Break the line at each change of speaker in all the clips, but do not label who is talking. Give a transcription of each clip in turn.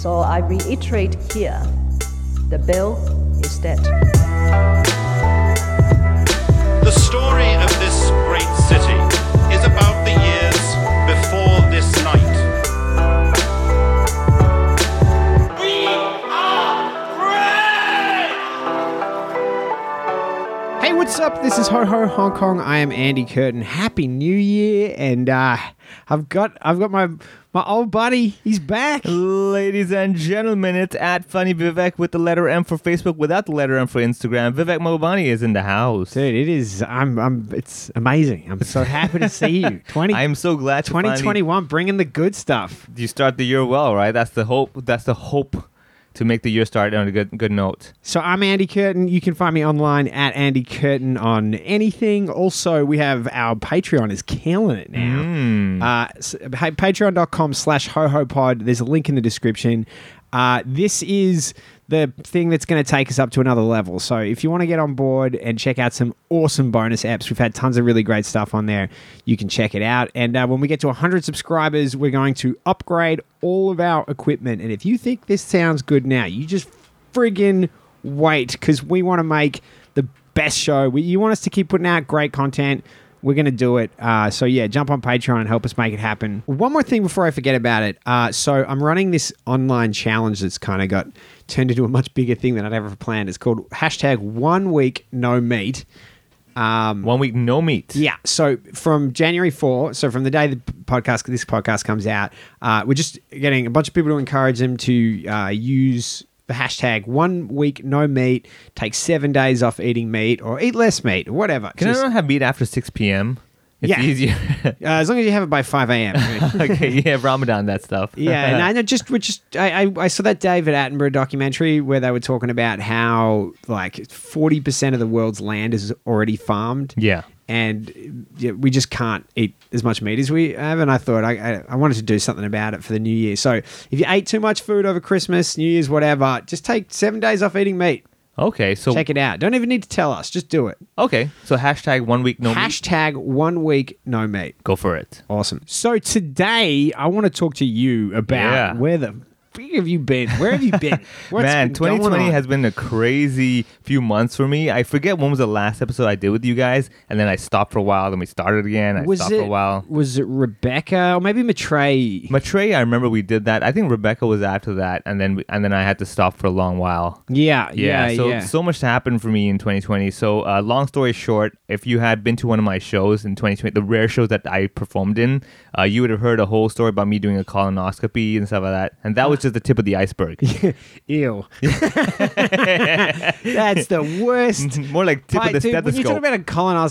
So I reiterate here the bill is dead.
The story of this great city is about the years before this night.
Hey, what's up? This is Ho Ho Hong Kong. I am Andy Curtin. Happy New Year, and uh, I've got I've got my my old buddy. He's back.
Ladies and gentlemen, it's at Funny Vivek with the letter M for Facebook without the letter M for Instagram. Vivek Mobani is in the house.
Dude, it is. I'm. I'm. It's amazing. I'm so happy to see you. Twenty.
I am so glad to finally-
2021, bringing the good stuff.
you start the year well, right? That's the hope. That's the hope to make the year start on a good good note.
So I'm Andy Curtin. You can find me online at Andy Curtin on anything. Also, we have our Patreon is killing it now. Uh, s- hey, Patreon.com slash HoHoPod. There's a link in the description. Uh, this is the thing that's going to take us up to another level. So if you want to get on board and check out some awesome bonus apps, we've had tons of really great stuff on there. You can check it out. And uh, when we get to 100 subscribers, we're going to upgrade all of our equipment. And if you think this sounds good now, you just friggin' wait because we want to make the best show. We, you want us to keep putting out great content. We're going to do it. Uh, so, yeah, jump on Patreon and help us make it happen. One more thing before I forget about it. Uh, so, I'm running this online challenge that's kind of got turned into a much bigger thing than I'd ever planned. It's called hashtag one week no meat.
One week, no meat.
Mm. Yeah. So from January 4, so from the day the podcast, this podcast comes out, uh, we're just getting a bunch of people to encourage them to uh, use the hashtag one week no meat, take seven days off eating meat or eat less meat or whatever.
Can
Just-
I not have meat after 6 p.m.? It's
Yeah.
easier.
uh, as long as you have it by 5 a.m.
okay, yeah, Ramadan, that stuff.
yeah, and I know just we just I, I I saw that David Attenborough documentary where they were talking about how like forty percent of the world's land is already farmed.
Yeah.
and yeah, we just can't eat as much meat as we have. And I thought I, I I wanted to do something about it for the new year. So if you ate too much food over Christmas, New Year's, whatever, just take seven days off eating meat.
okay, so
Check it out. Don't even need to tell us. Just do it.
okay, so hashtag one week, no meat.
Hashtag one week no meat.
Go for it.
Awesome. So today I want to talk to you about
Yeah.
where the f- have you been? Where have you been? What's
Man,
been going
2020
on?
has been a crazy few months for me. I forget when was the last episode I did with you guys, and then I stopped for a while, then we started again. I
was
stopped
it
for a while.
was it Rebecca or maybe Matrey?
Matrey, I remember we did that. I think Rebecca was after that, and then we, and then I had to stop for a long while.
yeah, yeah, yeah.
so so much happened for me in 2020. So uh, long story short, if you had been to one of my shows in 2020, the rare shows that I performed in, uh, you would have heard a whole story about me doing a colonoscopy and stuff like that. And that
Ah.
was just the tip of the iceberg.
Ew. That's the worst.
More like tip
But,
of the
dude, when you talk
stethoscope.
about a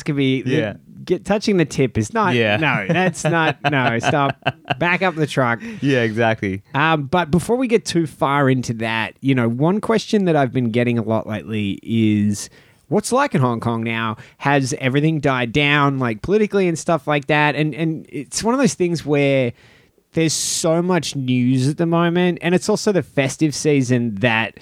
colonoscopy, the-
Yeah.
get touching the tip is not.
Yeah.
No, that's not. No, stop. Back up the truck.
yeah, exactly.
Um, but before we get too far into that, you know, one question that I've been getting a lot lately is what's like in Hong Kong now? Has everything died down, like politically and stuff like that? And and it's one of those things where there's so much news at the moment, and it's also the festive season that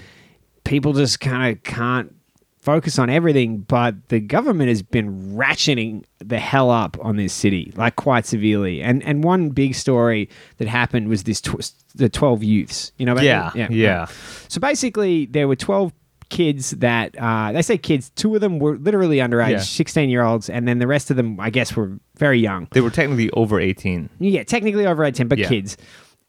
people just kind of can't focus on everything. But the government has been ratcheting the hell up on this city, like quite severely. And and one big story that happened was this tw- the twelve youths. You know, about
Yeah,
that?
yeah.
So basically, there were twelve kids that uh, they say kids. Two of them were literally
Yeah.
underage, sixteen year olds, and then the rest of them, I guess, were very young.
They were technically over 18.
Yeah, technically over 18, but
Yeah.
kids.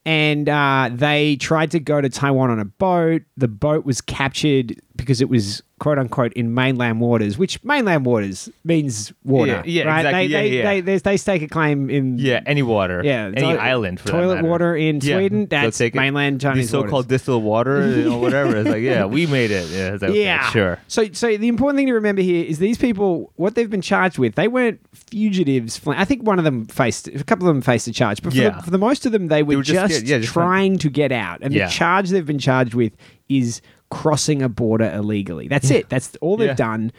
And uh, they tried to go to Taiwan on a boat. The boat was captured because it was quote unquote in mainland waters, which mainland waters means water.
Yeah, yeah,
right? They,
exactly. Yeah,
they,
yeah.
They, they, they stake a claim in.
Yeah, any water.
Yeah,
any
toi-
island. For that
toilet
matter.
water in
Yeah,
Sweden,
they'll
that's
take it.
mainland Chinese
These so-called
waters.
distilled water, you know, whatever. It's like, yeah, we made it. Yeah, it's like, okay,
Yeah,
sure.
So, so the important thing to remember here is these people, what they've been charged with, they weren't fugitives. fl- I think one of them faced, a couple of them faced a charge, but for,
Yeah.
the, for the most of them, they were,
were just
just,
scared. Yeah, just
trying to get out, and
Yeah.
the charge they've been charged with is crossing a border illegally. That's it. That's all they've
Yeah.
done.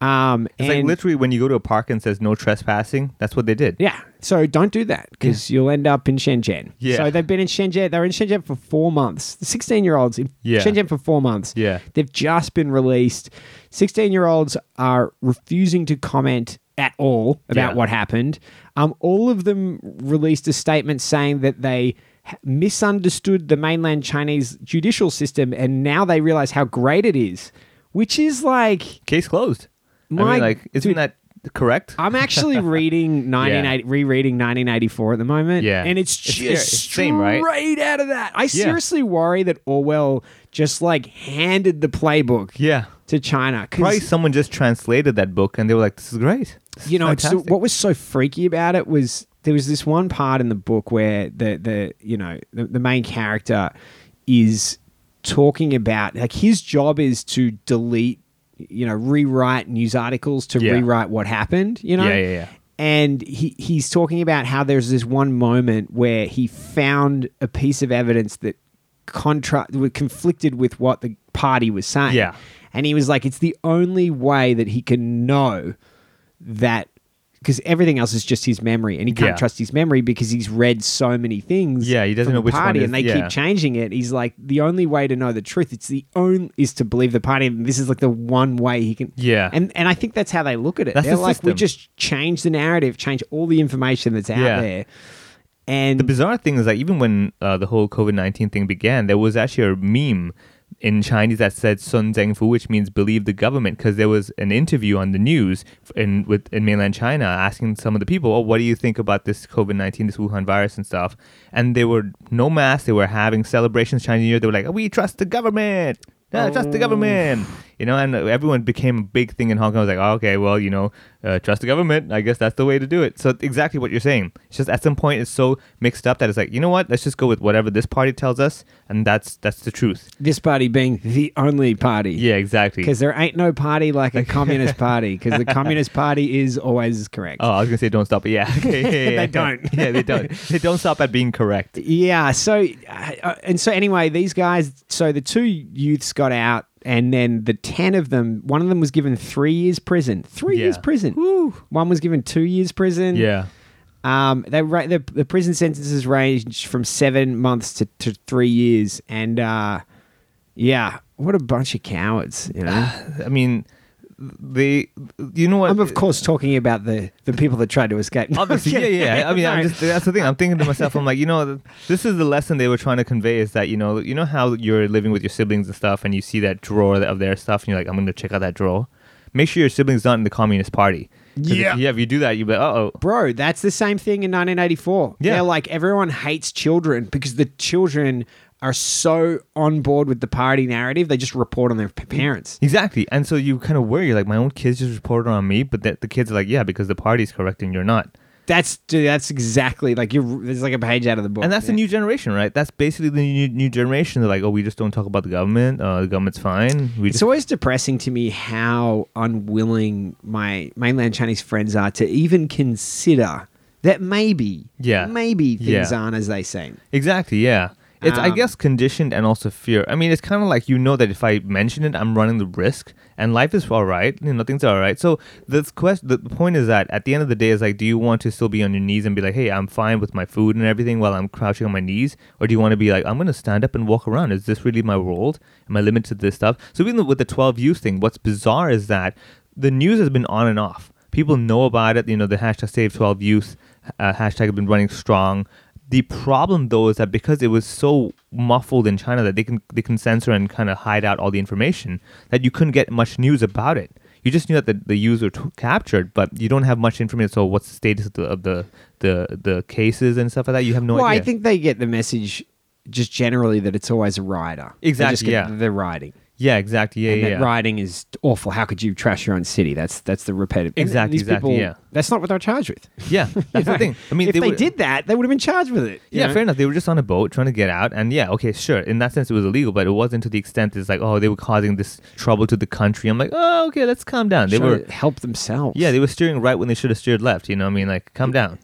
Um,
It's like
and-
literally when you go to a park and says no trespassing, that's what they did.
yeah. So don't do that because you'll end up in Shenzhen.
Yeah.
So they've been in Shenzhen. They were in Shenzhen for four months. The 16 year olds in
Yeah.
Shenzhen for four months.
Yeah.
They've just been released. 16 year olds are refusing to comment at all about
Yeah.
what happened. Um, all of them released a statement saying that they h- misunderstood the mainland Chinese judicial system, and now they realize how great it is, which is like.
Case closed. I
My-
mean, like, isn't
dude.
that correct?
I'm actually reading 1980, rereading 1984 at the moment,
Yeah.
and it's
It's
just
very- same, right?
straight out of that. I seriously worry that Orwell just like handed the playbook
yeah.
to China. 'cause-
Probably someone just translated that book and they were like, this is great. This is
you know, it's,
fantastic.
what was so freaky about it was there was this one part in the book where the the you know the, the main character is talking about like his job is to delete you know rewrite news articles to
Yeah.
rewrite what happened you know
Yeah, yeah, yeah.
and he, he's talking about how there's this one moment where he found a piece of evidence that contra- that conflicted with what the party was saying
Yeah.
and he was like it's the only way that he can know that because everything else is just his memory, and he can't
Yeah.
trust his memory because he's read so many things.
Yeah, he doesn't
from
know
the
which one
party,
is-
and they
yeah.
keep changing it. He's like, the only way to know the truth, it's the only is to believe the party, and this is like the one way he can.
Yeah.
and and I think that's how they look at it.
That's
They're
the
like, we
system.
just change the narrative, change all the information that's out
Yeah.
there, and
The bizarre thing is that even when uh, the whole COVID 19 thing began, there was actually a meme in Chinese that said Sun Zheng Fu, which means believe the government, because there was an interview on the news in, with, in mainland China asking some of the people, oh, what do you think about this COVID 19, this Wuhan virus and stuff? And they were no masks, they were having celebrations Chinese New Year. They were like, we trust the government. Yeah, trust the government. You know, and everyone became a big thing in Hong Kong. I was like, oh, okay, well, you know, uh, trust the government. I guess that's the way to do it. So exactly what you're saying. It's just at some point it's so mixed up that it's like, you know what? Let's just go with whatever this party tells us, and that's that's the truth.
this party being the only party.
Yeah, exactly.
Because there ain't no party like a communist party. Because the communist party is always correct.
Oh, I was gonna say don't stop, but yeah, Okay, yeah, yeah, yeah.
They don't.
yeah, they don't. They don't stop at being correct.
Yeah. So, uh, and so anyway, these guys, so the two youths got out, and then the 10 of them, one of them was given three years prison. Three
Yeah.
years prison. One was given two years prison.
Yeah,
Um, they ra- the, the prison sentences range from seven months to, to three years. And uh, yeah, what a bunch of cowards, you know?
I mean, they. You know what?
I'm, of course, talking about the, the people that tried to escape.
Obviously, yeah, yeah. I mean, I'm
No.
just that's the thing. I'm thinking to myself, I'm like, you know, th- this is the lesson they were trying to convey is that you know, you know how you're living with your siblings and stuff, and you see that drawer of their stuff, and you're like, I'm going to check out that drawer. Make sure your sibling's not in the Communist Party. 'Cause if-
Yeah.
yeah. If you do that, you be like, uh oh.
Bro, that's the same thing in 1984.
Yeah.
They're like, everyone hates children because the children are so on board with the party narrative, they just report on their p- parents.
Exactly. And so you kind of worry, you're like, my own kids just reported on me, but the, the kids are like, yeah, because the party's correct and you're not.
That's dude, that's exactly like you're. There's like a page out of the book,
And that's the new generation, right? That's basically the new, new generation. They're like, oh, we just don't talk about the government. Uh, the government's fine. We
It's
just
always depressing to me how unwilling my mainland Chinese friends are to even consider that maybe,
Yeah.
maybe things
Yeah.
aren't as they seem.
Exactly. Yeah. It's I
Um,
guess conditioned and also fear. I mean, it's kind of like you know that if I mention it, I'm running the risk, and life is all right. You know, things are all right. So this quest, the the point is that at the end of the day, is like, do you want to still be on your knees and be like, hey, I'm fine with my food and everything while I'm crouching on my knees, or do you want to be like, I'm gonna stand up and walk around? Is this really my world? Am I limited to this stuff? So even with the 12 views thing, what's bizarre is that the news has been on and off. People know about it. You know, the hashtag Save 12 Youth uh, hashtag have been running strong. The problem though is that because it was so muffled in China that they can they can censor and kind of hide out all the information that you couldn't get much news about it. You just knew that the, the youths were t- captured, but you don't have much information. So what's the status of the of the, the the cases and stuff like that? You have no
well,
idea.
I think they get the message just generally that it's always a rider. They
Exactly,
just get
yeah.
They're riding.
yeah, exactly. Yeah,
and
yeah.
that
yeah.
rioting is awful. How could you trash your own city? That's that's the repetitive. and-
Exactly,
and these
exactly,
people-
yeah.
That's not what they're charged with.
Yeah, that's the
know?
thing. I mean,
if they,
were-
did that, they would have been charged with it. you
Yeah,
know?
fair enough. They were just on a boat trying to get out, and yeah, okay, sure. In that sense, it was illegal, but it wasn't to the extent it's like, oh, they were causing this trouble to the country. I'm like, oh, okay, let's calm down. They
Trying
were,
to help themselves.
yeah, they were steering right when they should have steered left. You know, what I mean, like, calm down.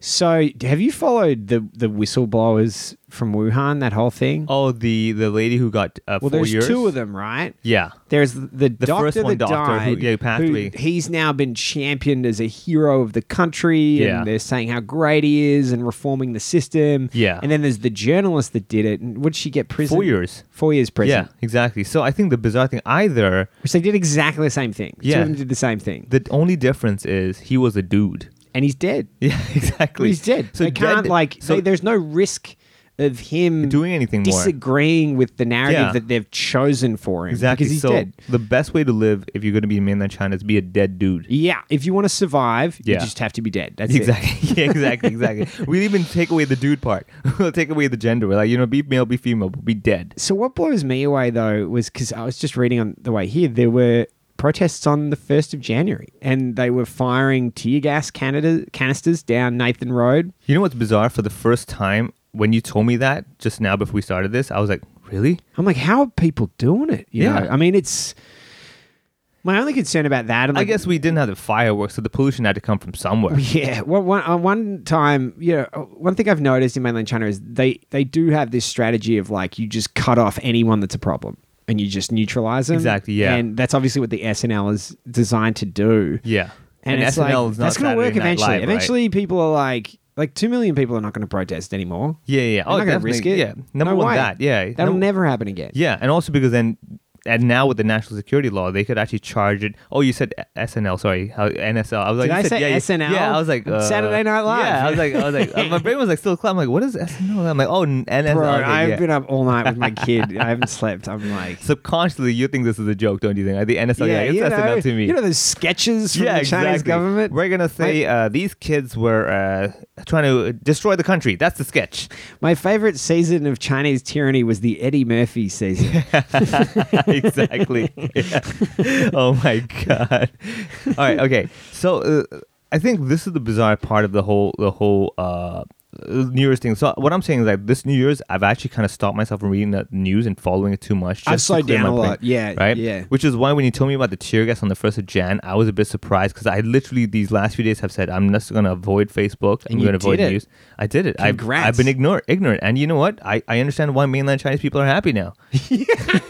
So, have you followed the the whistleblowers from Wuhan? That whole thing.
Oh, the the lady who got uh,
well,
four
there's
years.
two of them, right?
Yeah,
There's the, doctor
first one
that
doctor who-
died.
yeah, who passed away.
He's now been championed as a hero of the country,
Yeah.
and they're saying how great he is and reforming the system.
Yeah.
and then there's the journalist that did it. And would she get prison?
four years.
Four years prison.
Yeah, exactly. So I think the bizarre thing, either
Which they did exactly the same thing. Two
Yeah.
of them did the same thing.
the only difference is he was a dude.
and he's dead.
Yeah, exactly.
He's dead. So they can't,
dead-
like,
so
they, there's no risk of him
Doing anything more.
disagreeing with the narrative
Yeah.
that they've chosen for him
Exactly.
because he's
so
dead.
the best way to live if you're going to be in mainland China is be a dead dude.
Yeah, if you want to survive, you
Yeah.
just have to be dead. That's exactly.
Exactly. Yeah, exactly. Exactly. We'll even take away the dude part. we'll take away the gender. We're like, you know, be male, be female, but be dead.
So what blows me away though was because I was just reading on the way here, there were protests on the first of January, and they were firing tear gas canada- canisters down Nathan Road.
You know what's bizarre? For the first time, when you told me that just now before we started this, I was like, really?
I'm like, how are people doing it? You
Yeah.
know? I mean, it's my only concern about that. And
I
like,
guess we didn't have the fireworks, so the pollution had to come from somewhere.
Yeah, well, one uh, one time, you know, uh, one thing I've noticed in mainland China is they they do have this strategy of like you just cut off anyone that's a problem and you just neutralize them.
Exactly, yeah.
and that's obviously what the SNL is designed to do.
Yeah.
and, it's like that's going to
Saturday
work
Night
eventually.
Live, right?
eventually, people are like, like two million people are not going to protest anymore.
Yeah, yeah.
They're
Oh,
not going to
definitely.
risk it.
Yeah. Number
No
one,
way.
that. Yeah.
that'll
Num-
never happen again.
Yeah, and also because then, and now with the national security law, they could actually charge it. Oh, you said SNL, sorry, how- NSL. I was like,
Did
you
I
said,
say
yeah, you-
SNL?
Yeah, I was like uh,
Saturday Night Live.
Yeah, I was like, I was like, uh, my brain was like still cloud. I'm like, what is SNL? I'm like, oh, n- NSL.
Bro,
Okay,
I've
yeah.
been up all night with my kid. I haven't slept. I'm like,
Subconsciously, you think this is a joke, don't you think? Like, The NSL, yeah, it's
you know,
SNL to me.
You know those sketches from the Chinese government.
We're gonna say uh, these kids were uh, trying to destroy the country. That's the sketch.
My favorite season of Chinese tyranny was the Eddie Murphy season.
exactly. Yeah. Oh my god. All right. Okay. So uh, I think this is the bizarre part of the whole the whole uh, New Year's thing. So what I'm saying is like this New Year's, I've actually kind of stopped myself from reading the news and following it too much.
I've
just to
slowed
clear
down
my
a lot.
brain,
Yeah,
Right.
yeah.
Which is why when you told me about the tear gas on the first of Jan, I was a bit surprised because I literally these last few days have said I'm just going to avoid Facebook.
And
I'm
you
going to avoid
did it.
news. I did it. I've- I've,
Congrats.
been ignore, ignorant, and you know what? I, I understand why mainland Chinese people are happy now.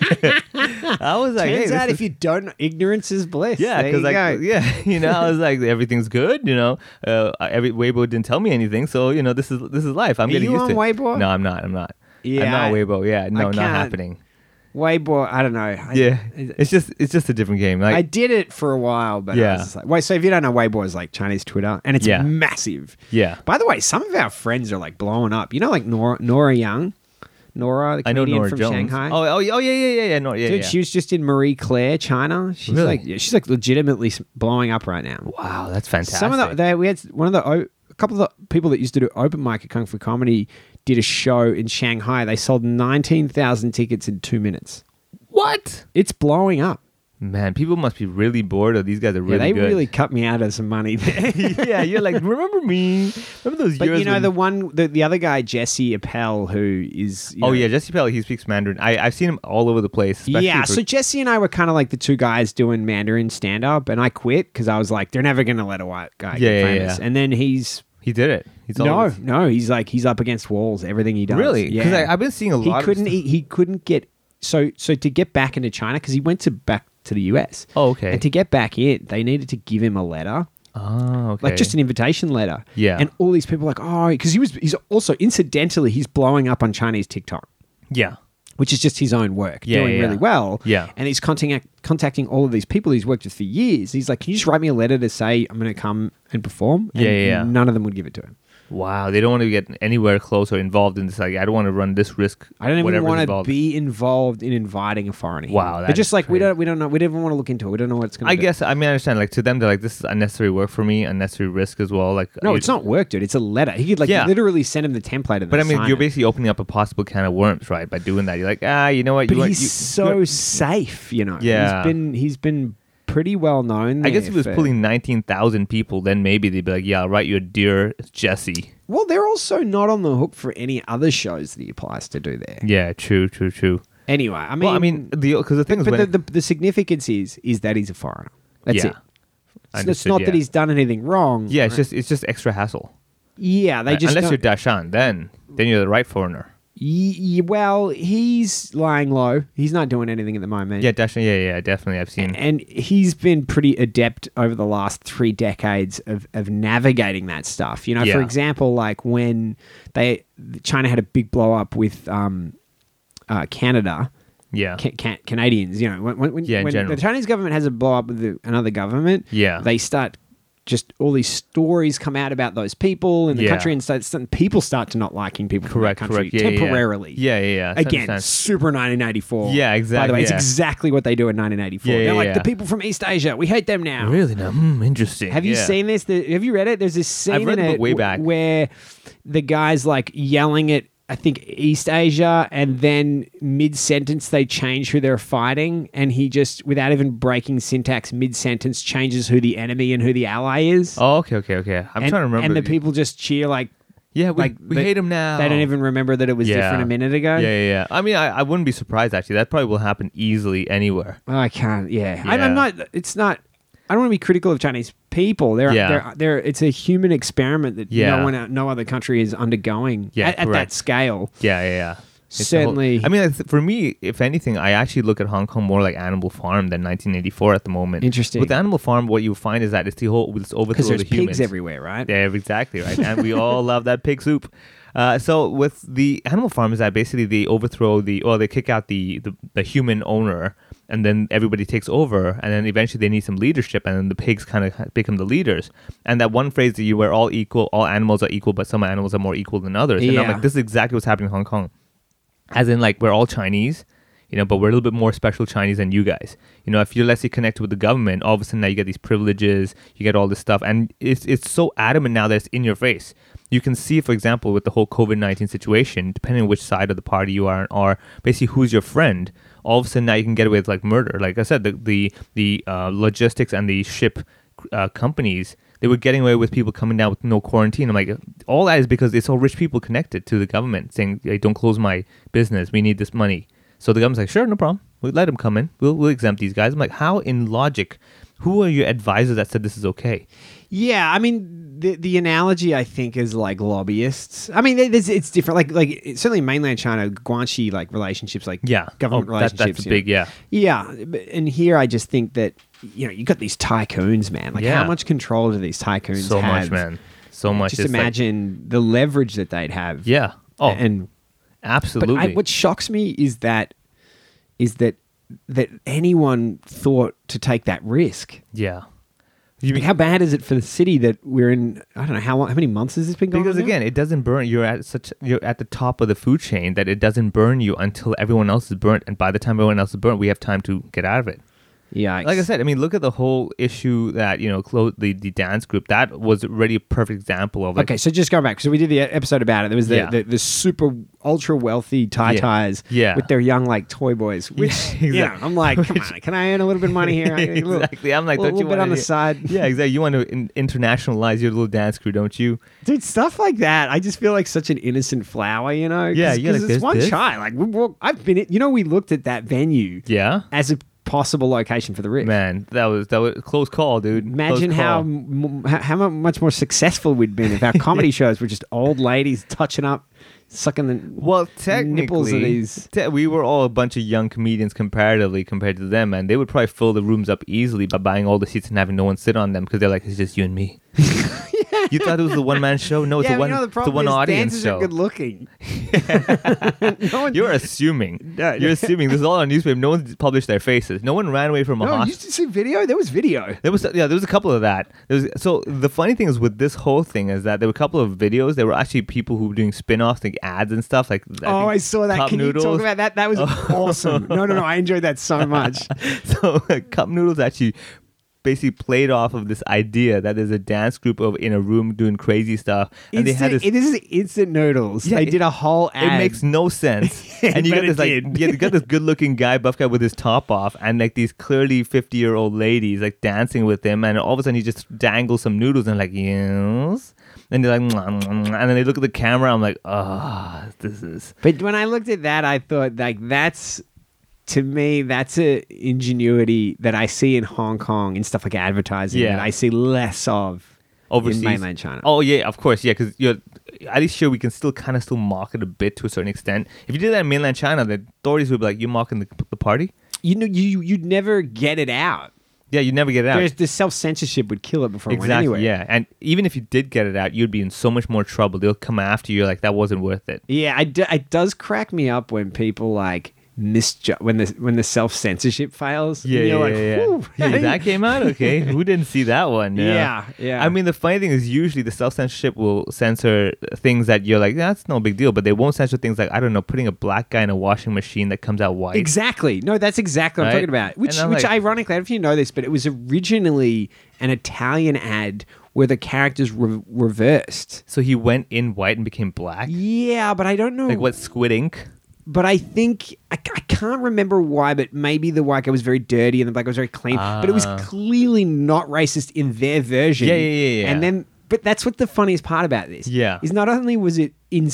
I was like,
Turns
hey,
out
this
if you don't, ignorance is bliss.
is- yeah,
because
because like, yeah, you know, I was like, everything's good, you know. Uh, every Weibo didn't tell me anything, so you know, this is this is life. I'm
Are
getting
you
used to
on
it.
Weibo?
No, I'm not. I'm not.
Yeah,
I'm not
I-
Weibo. Yeah, no, not
can't-
happening.
Weibo, I don't know. I,
Yeah,
I,
it's just it's just a different game. Like,
I did it for a while, but yeah.
Yeah.
I was just like, wait, so if you don't know, Weibo is like Chinese Twitter, and it's
Yeah.
massive.
Yeah.
By the way, some of our friends are like blowing up. You know, like Nora, Nora Young, Nora, the
I know
comedian
Nora
from
Jones.
Shanghai.
Oh, oh, yeah, oh, yeah, yeah, yeah, yeah. No, yeah,
Dude,
yeah.
she was just in Marie Claire, China. She's
Really?
like, yeah, she's like legitimately s- blowing up right now.
wow, that's fantastic.
Some of the they, we had one of the o- a couple of the people that used to do open mic at Kung Fu Comedy did a show in Shanghai. They sold nineteen thousand tickets in two minutes.
what?
It's blowing up.
Man, people must be really bored. Or these guys are really
yeah, they
good.
really cut me out of some money there.
yeah, you're like, remember me? Remember those
But
years?
you know
when-
the one, the, the other guy, Jesse Appel, who is you
oh
know-
yeah, Jesse Pell. He speaks Mandarin. I I've seen him all over the place. Especially
yeah.
for-
So Jesse and I were kind of like the two guys doing Mandarin stand up, and I quit because I was like, they're never gonna let a white guy
Yeah,
get
yeah,
famous.
yeah.
And then he's
he did it. He's all
no,
over the-
no, he's like he's up against walls. Everything he does,
really? Because
yeah.
I've been seeing a
he
lot.
couldn't e,
Of
he, he couldn't get so so to get back into China because he went to back to the US.
Oh, okay.
And to get back in, they needed to give him a letter,
oh, okay.
like just an invitation letter.
Yeah.
And all these people like, oh, because he was he's also incidentally he's blowing up on Chinese TikTok.
yeah.
Which is just his own work,
Yeah,
doing
yeah,
really
yeah.
well.
Yeah.
And he's contacting contacting all of these people he's worked with for years. He's like, "Can you just write me a letter to say I'm going to come and perform?" And
Yeah, yeah, yeah.
None of them would give it to him.
Wow, they don't want to get anywhere close or involved in this. Like, I don't want to run this risk.
I don't even
whatever's
want to
involved.
be involved in inviting a foreigner.
Wow,
here.
that
they're just
is
like we
crazy.
don't, we don't know, we don't even want to look into it. We don't know what it's going to.
I guess I mean I understand. Like to them, they're like, this is unnecessary work for me, unnecessary risk as well. Like
no,
you-
it's not work, dude. It's a letter. He could like
Yeah.
literally send him the template of
But I mean, you're
basically.
basically opening up a possible can of worms, right? By doing that, you're like, ah, you know what?
But
you want-
he's
you-
so
you're-
safe, you know.
Yeah.
he's been he's been pretty well known.
I guess if
there
he was
for-
pulling nineteen thousand people, then maybe they'd be like, yeah, I'll write you a dear Jesse.
Well, they're also not on the hook for any other shows that he applies to do there.
Yeah, true, true, true.
Anyway, I mean,
Well, I mean, the because the thing is,
but
when
the,
it-
the, the significance is is that he's a foreigner. That's
Yeah.
it. It's, it's
Understood,
not
yeah.
that he's done anything wrong.
yeah, it's just it's just extra hassle.
yeah. They
Uh,
just
unless
don't-
you're Dashan, then then you're the right foreigner.
Ye- well, he's lying low. He's not doing anything at the moment.
Yeah, Dashan. Yeah, yeah, definitely. I've seen.
And he's been pretty adept over the last three decades of, of navigating that stuff. You know, for
Yeah.
example, like when they China had a big blow up with um, uh, Canada,
Yeah,
ca- ca- Canadians. You know, when, when, when-
Yeah, in
when
general.
the Chinese government has a blow up with the, another government,
Yeah.
they start just all these stories come out about those people in the
Yeah.
country, and so so people start to not liking people from that
Correct,
country
correct. Yeah, yeah, yeah.
temporarily.
Yeah, yeah, yeah. It's
Again,
understand-
super 1984.
Yeah,
By the
exactly,
way, it's
yeah.
exactly what they do in 1984.
Yeah,
They're
yeah,
like
yeah.
the people from East Asia. We hate them now.
Really? Now, hmm, interesting.
Have you
Yeah.
seen this? The- have you read it? There's this scene
I've read
in
the
it
book way
w-
back.
where the guy's like yelling at I think East Asia, and then mid sentence they change who they're fighting, and he just without even breaking syntax, mid sentence changes who the enemy and who the ally is.
Oh, okay, okay, okay. I'm
and,
trying to remember.
And the people just cheer like
Yeah, we,
like,
we
they-
hate him now.
they don't even remember that it was different a minute ago.
Yeah, yeah, yeah. I mean, I, I wouldn't be surprised actually. That probably will happen easily anywhere.
I can't. Yeah, I'm,
Yeah.
I'm not. It's not. I don't want to be critical of Chinese people. They're,
Yeah.
they're, they're, it's a human experiment that no
Yeah.
one, no other country is undergoing
Yeah,
at, at that
correct.
scale.
Yeah, yeah, yeah. It's a whole-
Certainly.
I mean, I th- for me, if anything, I actually look at Hong Kong more like Animal Farm than 1984 at the moment.
Interesting.
With Animal Farm, what you find is that it's the whole it's overthrow
Because
of
there's
the humans.
pigs everywhere, right?
Yeah, exactly right, and we all love that pig soup. Uh, so with the Animal Farm, is that basically they overthrow the or they kick out the, the the human owner, and then everybody takes over, and then eventually they need some leadership, and then the pigs kind of become the leaders. And that one phrase that you were all equal, all animals are equal, but some animals are more equal than others. And I'm
Yeah.
like, this is exactly what's happening in Hong Kong as in like we're all Chinese, you know, but we're a little bit more special Chinese than you guys. You know, if you're less connected with the government, all of a sudden now you get these privileges, you get all this stuff, and it's it's so adamant now that it's in your face. You can see, for example, with the whole COVID nineteen situation, depending on which side of the party you are, or basically who's your friend, all of a sudden now you can get away with like murder. Like I said, the the the uh, logistics and the ship uh, companies they were getting away with people coming down with no quarantine. I'm like, all that is because it's all rich people connected to the government saying, hey, don't close my business. We need this money. So the government's like, sure, no problem. We let them come in. We'll, we'll exempt these guys. I'm like, how in logic? Who are your advisors that said this is okay?
Yeah, I mean, the the analogy I think is like lobbyists. I mean, there- there's, it's different. Like like it's certainly in mainland China, Guanxi like relationships, like
Yeah.
government
Oh, that-
relationships.
that's
you
big, yeah.
yeah. but- And here, I just think that you know you got these tycoons, man. Like
Yeah.
how much control do these tycoons
So
have?
much, man. So much.
Just
It's like-
imagine the leverage that they'd have.
yeah. Oh,
and but
absolutely.
I, what shocks me is that is that that anyone thought to take that risk.
yeah.
Like, how bad is it for the city that we're in? I don't know how long, how many months has this been going
Because
on now?
again, it doesn't burn. You're at such you're at the top of the food chain that it doesn't burn you until everyone else is burnt, and by the time everyone else is burnt, we have time to get out of it.
Yikes.
Like I said, I mean, look at the whole issue that you know, clo- the the dance group. That was already a perfect example of like,
Okay, so just going back, so we did the e, episode about it. There was the,
Yeah.
the, the super ultra wealthy Thai
Yeah.
ties
Yeah.
with their young like toy boys. Which
exactly.
you know, I'm like, come on, can I earn a little bit of money here? A little-
exactly. I'm like,
little,
don't you
little bit
want
on the side,
Yeah, exactly. You want to in- internationalize your little dance crew, don't you?
dude. Stuff like that, I just feel like such an innocent flower, you know?
Yeah,
Cause,
you're
'cause it's
like, "There's
one
this."
chai. Like we walk, I've been, at, you know, we looked at that venue
Yeah,
as a possible location for the Rick.
man, that was that was a close call, dude. Close
Imagine how,
call.
m- how how mu- much more successful we'd been if our comedy shows were just old ladies touching up, sucking the
Well, technically,
nipples of these.
te- we were all a bunch of young comedians comparatively compared to them, and they would probably fill the rooms up easily by buying all the seats and having no one sit on them because they're like, it's just you and me. You thought it was a one man show? No, it's
yeah,
a one,
you know, the
it's a
problem
one
is
audience
dancers
show.
are good looking. no one,
You're assuming.
Yeah,
You're assuming. This is all on newspaper. No one published their faces. No one ran away from a
no, you
hospital.
did see video. There was video.
There was yeah, there was a couple of that. There was so the funny thing is with this whole thing is that there were a couple of videos. There were actually people who were doing spin-offs, like ads and stuff. Like
oh,
think
I saw that.
Cup
Can you talk
Noodles-
about that? That was awesome. No, no, no. I enjoyed that so much.
so uh, cup noodles actually basically played off of this idea that there's a dance group of in a room doing crazy stuff and they had
Instant,
this
it is instant noodles.
Yeah,
they
it-
did a whole ad.
it makes no sense and you
But
got this
it
like
did.
yeah, you got this good looking guy buff guy with his top off and like these clearly 50 year old ladies like dancing with him and all of a sudden he just dangles some noodles and like yes and they're like "Mwah, mwah, mwah," and then they look at the camera i'm like ah this is
But when I looked at that, I thought like that's to me that's a ingenuity that I see in Hong Kong and stuff like advertising
Yeah.
that I see less of
overseas
in mainland China.
Oh yeah, of course, yeah, because you're at least sure we can still kind of still market a bit to a certain extent. If you did that in mainland China, the authorities would be like, "You're mocking the, the party."
You know, you you'd never get it out.
Yeah, you never get it out.
There's the self censorship would kill it before
exactly.
it went anywhere.
Yeah, and even if you did get it out, you'd be in so much more trouble. They'll come after you like that wasn't worth it.
Yeah, I d- it does crack me up when people like misju- when the when the self censorship fails. and
Yeah,
you're like,
yeah, yeah,
"Whew,
yeah.
hey."
That came out okay. Who didn't see that one?
Yeah, yeah.
I mean, the funny thing is, usually the self censorship will censor things that you're like, that's no big deal, but they won't censor things like I don't know, putting a black guy in a washing machine that comes out white.
Exactly. No, that's exactly what I'm
Right?
talking about. Which,
And I'm
which
like-
ironically, I don't know if you know this, but it was originally an Italian ad where the characters re- reversed.
So he went in white and became black.
Yeah, but I don't know.
Like what Squid Ink?
But I think I, c- I can't remember why. But maybe the white guy was very dirty and the black guy was very clean. but it was clearly not racist in their version.
Ah. Yeah, yeah, yeah, yeah.
And then, but that's what the funniest part about this.
Yeah.
is not only was it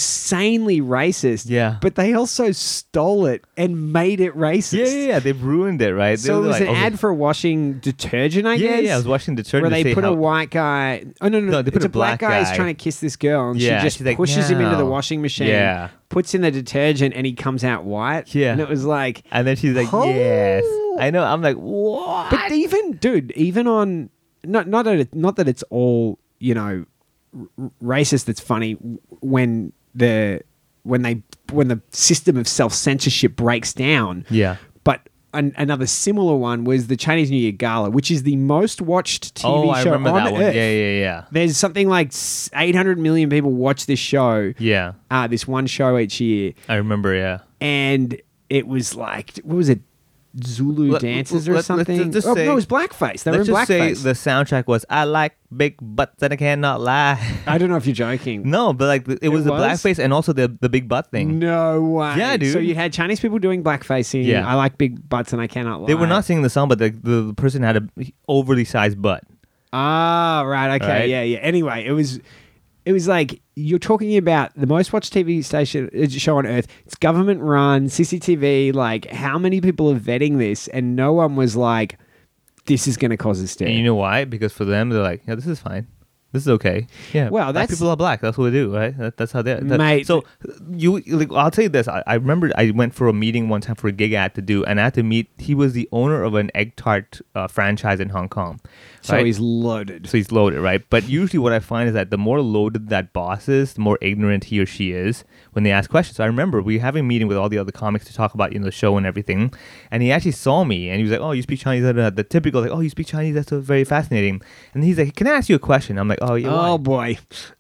insanely racist.
Yeah.
but they also stole it and made it racist.
Yeah, yeah, yeah. They've ruined it, right? They
So it
were
was
like,
an
okay.
ad for washing detergent, I
Yeah,
guess.
yeah. I was watching
Where
detergent. to
they
say
put a
how-
white guy. Oh no, no,
No, they put
it's
a
a black,
black
guy who's
guy.
trying to kiss this girl, and
Yeah,
she just
she's like,
pushes him into the
"No."
washing machine.
Yeah.
puts in the detergent, and he comes out white.
Yeah.
and it was like,
And then she's like,
Oh.
yes. I know. I'm like, what?
but even dude, even on not not that it, not that it's all you know r- racist. That's funny w- when the when they when the system of self censorship breaks down.
Yeah.
but. An, another similar one was the Chinese New Year Gala, which is the most watched TV
oh, I
show
remember
on
that one.
Earth.
Yeah, yeah, yeah.
There's something like s- 800 million people watch this show,
Yeah.
uh, this one show each year,
I remember, yeah.
and it was like, what was it, Zulu
Let-
dances
let-
or
let's ju-
something?
just
oh,
say-
no, it was blackface. They were in
Let's just say
blackface.
the soundtrack was I like big butts and I cannot lie.
I don't know if you're joking.
no, but like it, was the
was?
blackface and also the the big butt thing.
No way.
Yeah, dude.
So you had Chinese people doing blackface singing,
Yeah.
I like big butts and I cannot lie.
They were not singing the song, but the, the, person had a overly sized butt.
Ah, right. Okay.
Right?
Yeah. Yeah. Anyway, it was, it was like you're talking about the most watched TV station uh, show on earth. It's government run, CCTV. Like, how many people are vetting this? And no one was like, "This is going to cause a stir."
And you know why? Because for them, they're like, yeah, this is fine. This is okay. Yeah.
Well,
black
that's-
people are black. That's what we do, right? That, that's how they. That,
Mate.
So you like, I'll tell you this. I, I remember I went for a meeting one time for a gig I had to do, and I had to meet. He was the owner of an egg tart uh, franchise in Hong Kong.
so
right?
he's loaded.
So he's loaded, right? But usually, what I find is that the more loaded that boss is, the more ignorant he or she is when they ask questions. So I remember we were having a meeting with all the other comics to talk about you know the show and everything, and he actually saw me and he was like, "Oh, you speak Chinese?" da, da, da." The typical like, "Oh, you speak Chinese? That's so very fascinating." And he's like, "Can I ask you a question?" I'm like, "Oh, yeah." why?"
oh boy,
You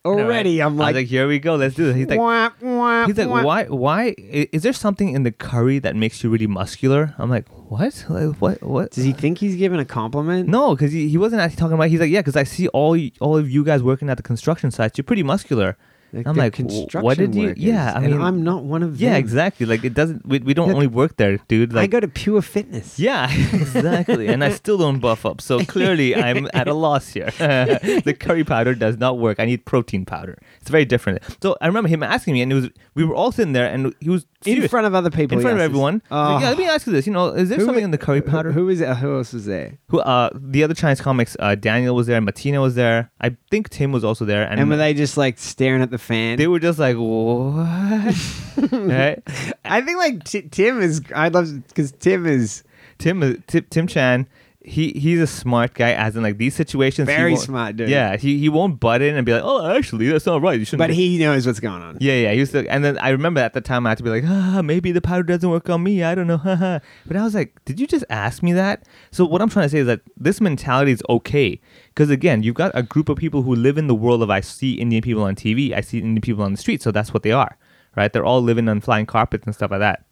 know, right?
already I'm
I was
like,
like, "Here we go, let's do this." He's like,
wah, wah,
He's like,
wah.
why? Why i- is there something in the curry that makes you really muscular? I'm like, what? Like, what? What?
Does he think he's giving a compliment?
No, because he, he wasn't actually talking about. He's like, yeah, because I see all y- all of you guys working at the construction sites. You're pretty muscular.
Like,
And I'm
they're
like, "W- what did you?
workers,
Yeah, I
and
mean,
I'm not one of them.
yeah, exactly. Like it doesn't. We, we don't
Look,
only work there, dude. Like
I go to Pure Fitness.
yeah, exactly. and I still don't buff up. So clearly, I'm at a loss here. the curry powder does not work. I need protein powder. It's very different. So I remember him asking me, and it was we were all sitting there, and he was
In
serious.
front of other people.
in
he
front of
asks.
everyone. He's like,
Oh.
yeah, let me ask you this. You know, is there
Who-
something in the curry powder?
Who, who is it? Who else was there?
who uh the other Chinese comics, uh Daniel was there, Martina was there. I think Tim was also there and,
And were they just like staring at the fan?
they were just like what? right?
I think like Ti- Tim is. I love because Tim is
Tim is- Ti- Tim Chan he, he's a smart guy, as in like these situations. he
Very
won't-
smart dude.
Yeah, he, he won't butt in and be like, oh, actually, that's not right. You shouldn't.
but
do-"
he knows what's going on.
Mm. yeah, yeah. He was like, and then I remember at the time I had to be like, ah, maybe the powder doesn't work on me. I don't know. haha." but I was like, did you just ask me that? So what I'm trying to say is that this mentality is okay. Because again, you've got a group of people who live in the world of I see Indian people on TV, I see Indian people on the street. So that's what they are, right? They're all living on flying carpets and stuff like that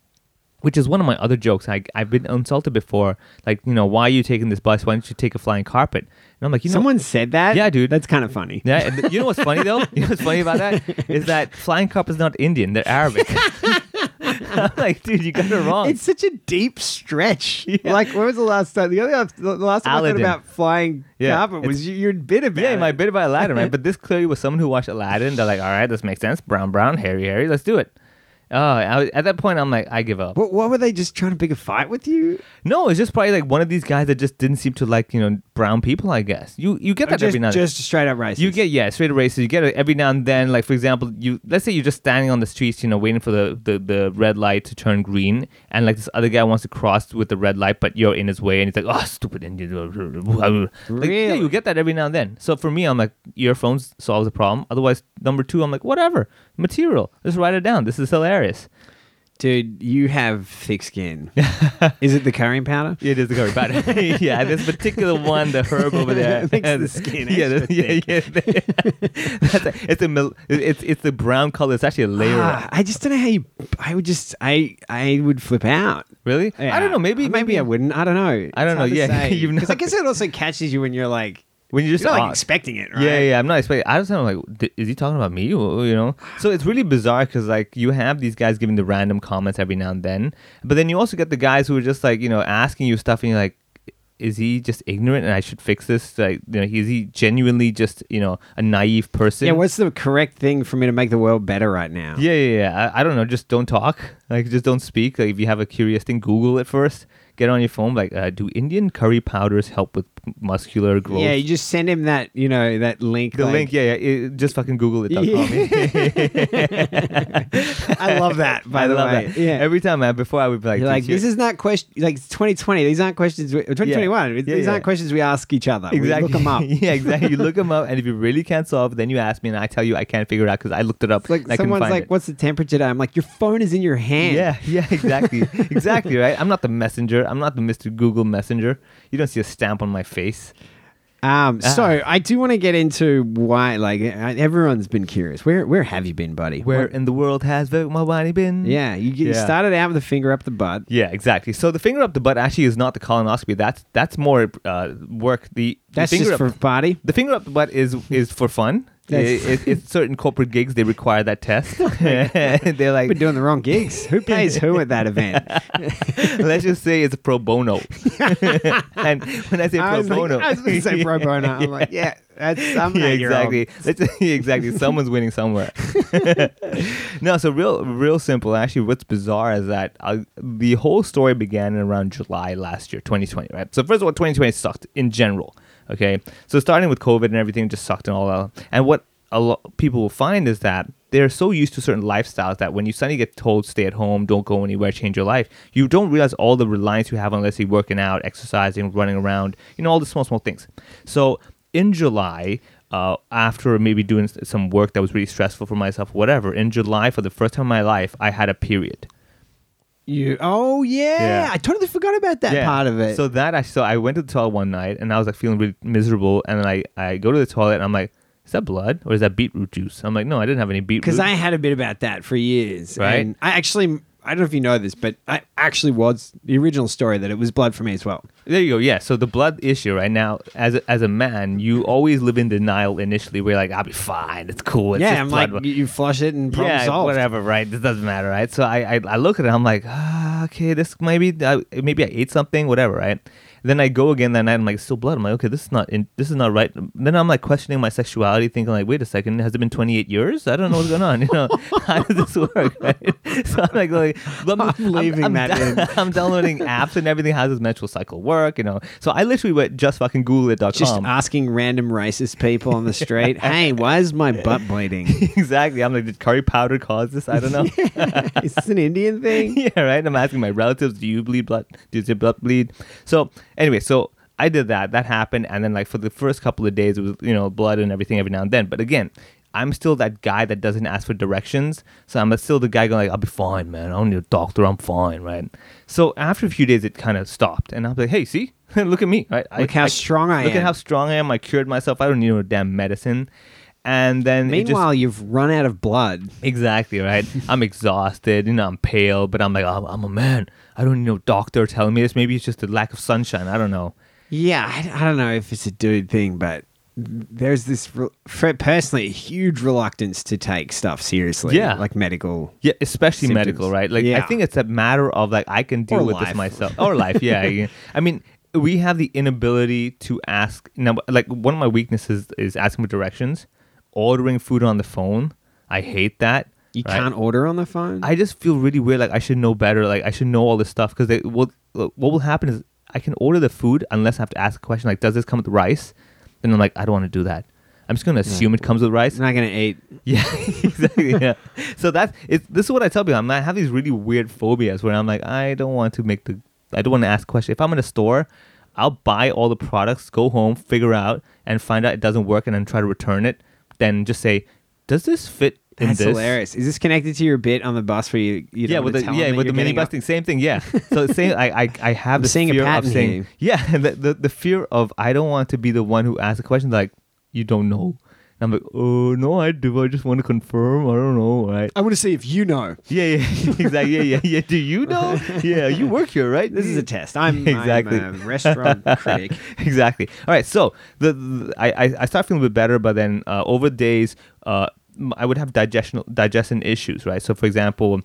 which is one of my other jokes. I, I've been insulted before. Like, you know, why are you taking this bus? Why don't you take a flying carpet? And I'm like, you know,
Someone said that.
Yeah, dude.
That's kind of funny.
Yeah, and you know what's funny though? You know what's funny about that is that flying carpet is not Indian; they're Arabic. I'm like, dude, you got it wrong.
It's such a deep stretch. Like, when was the last time? The other the last time I
Aladdin.
thought about flying
Yeah,
carpet was you, your bit about
yeah,
it.
my bit about Aladdin, right? But this clearly was someone who watched Aladdin. They're like, all right, this makes sense. Brown, brown, hairy, hairy. Let's do it. Oh, I was- at that point, I'm like, I give up.
What, what were they just trying to pick a fight with you?
No, it's just probably like one of these guys that just didn't seem to like, you know, brown people. I guess you you get that
Just,
every now. and then.
just straight up racist.
You get yeah, straight races. You get it every now and then. Like for example, you let's say you're just standing on the streets, you know, waiting for the, the the red light to turn green, and like this other guy wants to cross with the red light, but you're in his way, and he's like, "Oh, stupid Indian!" Like, yeah,
Really?
you get that every now and then. So for me, I'm like, earphones solves the problem. Otherwise, number two, I'm like, whatever, material. Just write it down. This is hilarious.
Dude, you have thick skin. Is it the currying powder?
It is the curry powder. yeah, this particular one, the herb over there,
Makes the
has-
skin
Yeah,
extra
the- yeah, yeah. That's a- it's a mil- it's it's the brown color. It's actually a layer.
Ah, I just don't know how you. I would just. I I would flip out.
Really? I don't know. Maybe
maybe I wouldn't. I don't know.
I don't know, yeah, you've
because I
not-
guess it also catches you when you're like
When you're just
you're not, like
off.
expecting it, right?
Yeah, yeah. I'm not expecting. I was kind of like, "D- is he talking about me? Or, You know. So it's really bizarre because like you have these guys giving the random comments every now and then, but then you also get the guys who are just like you know asking you stuff and you're like. Is he just ignorant and I should fix this? Like, you know, is he genuinely just, you know, a naive person?
Yeah, what's the correct thing for me to make the world better right now?
Yeah, yeah, yeah. I, I don't know. Just don't talk. Like, just don't speak. Like, if you have a curious thing, Google it first. Get on your phone. Like, uh, do Indian curry powders help with muscular growth?
Yeah, you just send him that, you know, that link.
the
like-
link. Yeah, yeah. It, just fucking Google it.
Yeah.
Yeah.
I love that. By
I
the
love
way,
that.
yeah.
Every time, man. Before I would be like,
You're like
"Dude,
this is not question. Like it's 2020. These aren't questions. We, or 2021.
Yeah,
these
yeah.
aren't questions we ask each other.
Exactly.
We look them up.
yeah, exactly. You look them up, and if you really can't solve, then you ask me, and I tell you I can't figure it out because I looked it up.
It's like
and I couldn't
someone's
find
like,
it.
"What's the temperature today?" I'm like, "Your phone is in your hand."
Yeah, yeah, exactly, exactly. Right. I'm not the messenger. I'm not the Mr. Google messenger. You don't see a stamp on my face.
Um.
Ah.
So I do want to get into why. Like I- everyone's been curious. Where Where have you been, buddy?
Where
What-
in the world has Vivek Mawani been?
yeah. You, you
Yeah.
started out with a finger up the butt.
Yeah, exactly. So the finger up the butt actually is not the colonoscopy. That's that's more uh, work. The, the
That's
finger
just for
up,
party.
the finger up the butt is is for fun.
That's-
It- it- it's certain corporate gigs they require that test. They're like,
Been doing the wrong gigs. Who pays who at that event?
let's just say it's pro bono. and when I say pro
I was, like,
bono,
I was going to say pro bono. I'm like, yeah, that's I'm
yeah,
eight year old.
exactly. Let's- yeah, exactly. Someone's winning somewhere. no, so real, real simple. Actually, what's bizarre is that uh, the whole story began in around July last year, 2020. Right. So first of all, 2020 sucked in general. Okay. So starting with COVID and everything just sucked and all that. And what a lot people will find is that they're so used to certain lifestyles that when you suddenly get told stay at home, don't go anywhere, change your life, you don't realize all the reliance you have on let's say working out, exercising, running around, you know, all the small small things. So in July, uh, after maybe doing s- some work that was really stressful for myself, whatever, in July, for the first time in my life, I had a period.
You. Oh yeah.
Yeah.
I totally forgot about that part of it.
So that I so I went to the toilet one night and I was like feeling really miserable, and then I I go to the toilet and I'm like, is that blood or is that beetroot juice? I'm like, no, I didn't have any beetroot.
because I had a bit about that for years.
Right.
And I actually, I don't know if you know this, but I actually was the original story that it was blood for me as well.
There you go. Yeah. So the blood issue right now, as a, as a man, you always live in denial initially. We're like, I'll be fine. It's cool. It's
yeah,
just
I'm
blood.
like, you, you flush it and problem
yeah,
solved.
whatever. Right. This doesn't matter. Right. So I I, I look at it. I'm like, ah, okay. This maybe I, maybe I ate something. Whatever. Right. Then I go again that night. I'm like, it's still blood. I'm like, okay, this is not in, this is not right. Then I'm like questioning my sexuality, thinking like, wait a second, has it been 28 years? I don't know what's going on. You know, how does this work? Right? So I'm like, like I'm,
leaving
I'm,
that in.
I'm downloading apps and everything. How does menstrual cycle work? You know, so I literally went just fucking Google it.com.
Just asking random racist people on the street, hey, why is my butt bleeding?
exactly. I'm like, did curry powder cause this? I don't know.
is this an Indian thing?
yeah, right. I'm asking my relatives, do you bleed blood? Does your blood bleed? So anyway, so I did that. That happened, and then like for the first couple of days, it was you know blood and everything every now and then. But again. I'm still that guy that doesn't ask for directions. So I'm still the guy going like, I'll be fine, man. I don't need a doctor. I'm fine, right? So after a few days, it kind of stopped, and I'm like, hey, see, look at me, right?
Look how strong I
Look
am.
at how strong I am. I cured myself. I don't need no damn medicine. And then it just-
Meanwhile, you've run out of blood.
Exactly right. I'm exhausted, you know. I'm pale, but I'm like, I'm, I'm a man. I don't need no doctor telling me this. Maybe it's just the lack of sunshine. I don't know.
Yeah, I, I don't know if it's a dude thing, but there's this re- for personally a huge reluctance to take stuff seriously.
Yeah.
like medical.
Yeah, especially
Symptoms.
medical, right? Like, I
Yeah.
think it's a matter of like I can deal
Or
with this
life.
myself or life. Yeah, yeah. I mean, we have the inability to ask. Now, like one of my weaknesses is asking for directions, ordering food on the phone. I hate that.
You
right?
can't order on the phone.
I just feel really weird. Like I should know better. Like I should know all this stuff because they what what will happen is I can order the food unless I have to ask a question like, does this come with rice? Then I'm like, I don't want to do that. I'm just gonna assume it comes with rice.
I'm not gonna eat.
Yeah, exactly. Yeah. So that's it's, this is what I tell people. I'm, I have these really weird phobias where I'm like, I don't want to make the, I don't want to ask questions. If I'm in a store, I'll buy all the products, go home, figure out, and find out it doesn't work, and then try to return it. Then just say, does this fit in
That's
this.
hilarious. Is this connected to your bit on the bus where you, you
Yeah,
don't
with
wanna
the
tell
yeah
them that
with the
you're
mini
getting
bus
up-
thing, same thing. Yeah, so same. I I, I have the
seeing a
fear of
pattern
saying
here.
yeah. The, the the fear of I don't want to be the one who asks a question like you don't know. And I'm like, oh no, I do. I just want to confirm. I don't know, right?
I want to see if you know.
Yeah, yeah, exactly. Yeah, yeah, yeah. Do you know? Yeah, you work here, right?
This is a test. I'm
Exactly.
I'm um, a restaurant critic.
exactly. All right. So the, the I, I I start feeling a bit better, but then uh, over days, uh, m- I would have digestion digestion issues, right? So for example.